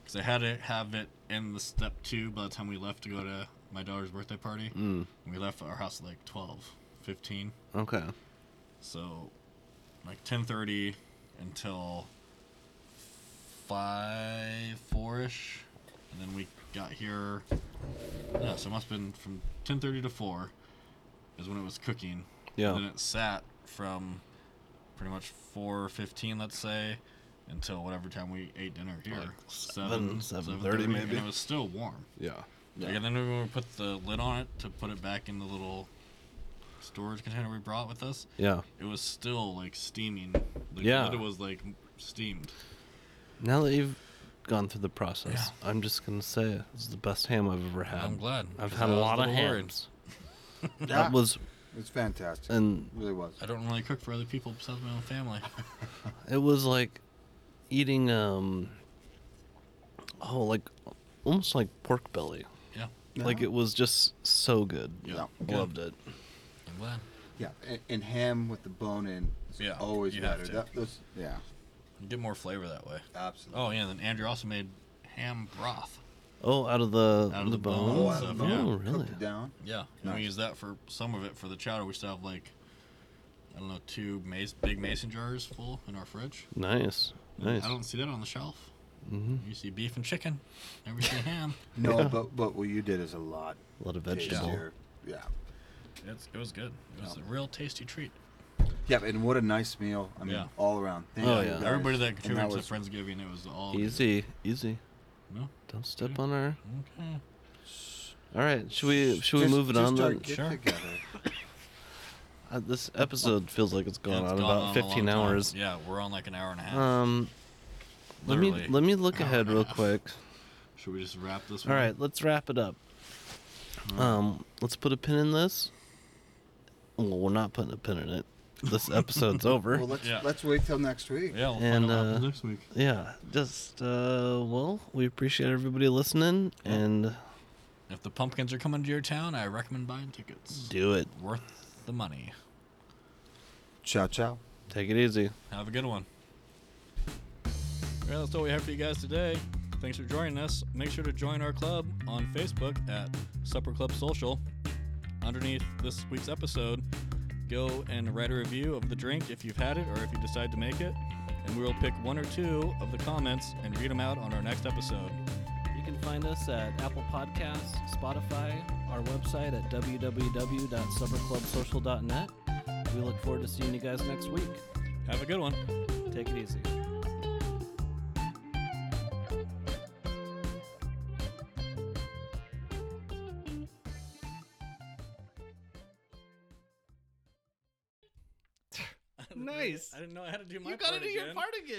S2: Because I had to have it in the step two by the time we left to go to my daughter's birthday party.
S3: Mm.
S2: And we left our house at like 12 15
S3: Okay.
S2: so like 10.30 until 5 4ish and then we got here yeah so it must have been from 10.30 to 4 is when it was cooking
S3: Yeah.
S2: and then it sat from pretty much 4.15 let's say until whatever time we ate dinner here
S3: Like
S2: 7
S3: 7,
S2: 7.30
S3: maybe.
S2: and it was still warm
S3: Yeah.
S2: like, and then when we put the lid on it to put it back in the little storage container we brought with us,
S3: Yeah.
S2: it was still like steaming. Like,
S3: Yeah.
S2: The lid was like steamed.
S3: Now that you've gone through the process, I'm just going to say it's the best ham I've ever had.
S2: I'm glad.
S3: Um, I've
S2: 'cause
S3: had
S2: I
S3: a
S2: was
S3: lot of
S2: little
S3: hams.
S2: worried.
S1: Yeah.
S3: That was
S1: It's fantastic.
S3: and
S1: it really was.
S2: I don't really cook for other people besides my own family.
S3: it was like eating um oh like almost like pork belly.
S2: Yeah.
S3: Like it was just so good.
S2: Yeah. Good.
S3: Loved it.
S2: I'm glad.
S1: Yeah. And, and ham with the bone in is
S2: Yeah,
S1: always
S2: you have
S1: better.
S2: to.
S1: That, that's, yeah.
S2: You get more flavor that way.
S1: Absolutely.
S2: Oh yeah. And then Andrew also made ham broth.
S3: Oh, out of the
S2: Out of
S3: the,
S2: the
S3: bones.
S2: bones,
S1: I
S2: so,
S1: don't
S2: yeah.
S1: know.
S3: Oh,
S1: Cooked
S3: really?
S1: it down.
S2: Yeah. And we
S1: Nice.
S2: use that for some of it for the chowder. We still have like. I don't know, two mas- big mason jars full in our fridge.
S3: Nice, nice. Mm-hmm.
S2: I don't see that on the shelf. You see beef and chicken. Never see ham.
S1: No, but, but what you did is a lot
S3: A lot of vegetable.
S1: tastier. Yeah.
S2: It's, it was good. It was a real tasty treat.
S1: Yep, and what a nice meal. I mean,
S2: Yeah.
S1: all around. Thank
S3: Oh,
S1: you
S3: yeah.
S1: guys.
S2: Everybody that
S1: And
S2: contributed
S1: was
S2: to Friendsgiving, it was all good.
S3: Easy, easy.
S2: No?
S3: Don't step
S2: Okay.
S3: on our.
S2: Okay.
S3: All right, should we should we
S1: just-
S3: move it
S1: just
S3: on?
S1: our
S3: Then?
S1: get
S2: Sure.
S1: together.
S3: Uh, this episode feels like it's going
S2: Yeah, it's
S3: on
S2: gone
S3: about
S2: on a
S3: 15
S2: long time.
S3: hours.
S2: Yeah, we're on like an hour and a half.
S3: Um, let me
S2: Literally.
S3: let me look ahead real quick.
S2: Should we just wrap this
S3: All
S2: one?
S3: right, let's wrap it up.
S2: Uh-huh.
S3: Um, let's put a pin in this. Well, we're not putting a pin in it. This episode's over.
S1: Well, let's
S2: Yeah.
S1: let's wait till next week.
S2: Yeah, we'll find
S3: And,
S2: out what happens
S3: uh,
S2: next week.
S3: yeah, just uh, well, we appreciate everybody listening and
S2: If the pumpkins are coming to your town, I recommend buying tickets.
S3: do it.
S2: Worth the money.
S1: Ciao, ciao.
S3: Take it easy.
S2: Have a good one. Well, that's all we have for you guys today. Thanks for joining us. Make sure to join our club on Facebook at Supper Club Social. Underneath this week's episode, go and write a review of the drink if you've had it or if you decide to make it. And we will pick one or two of the comments and read them out on our next episode.
S5: You can find us at Apple Podcasts, Spotify, our website at www.supperclubsocial.net. We look forward to seeing you guys next week.
S2: Have a good one.
S5: Take it easy.
S2: Nice. I didn't know I had to do my part again.
S3: again.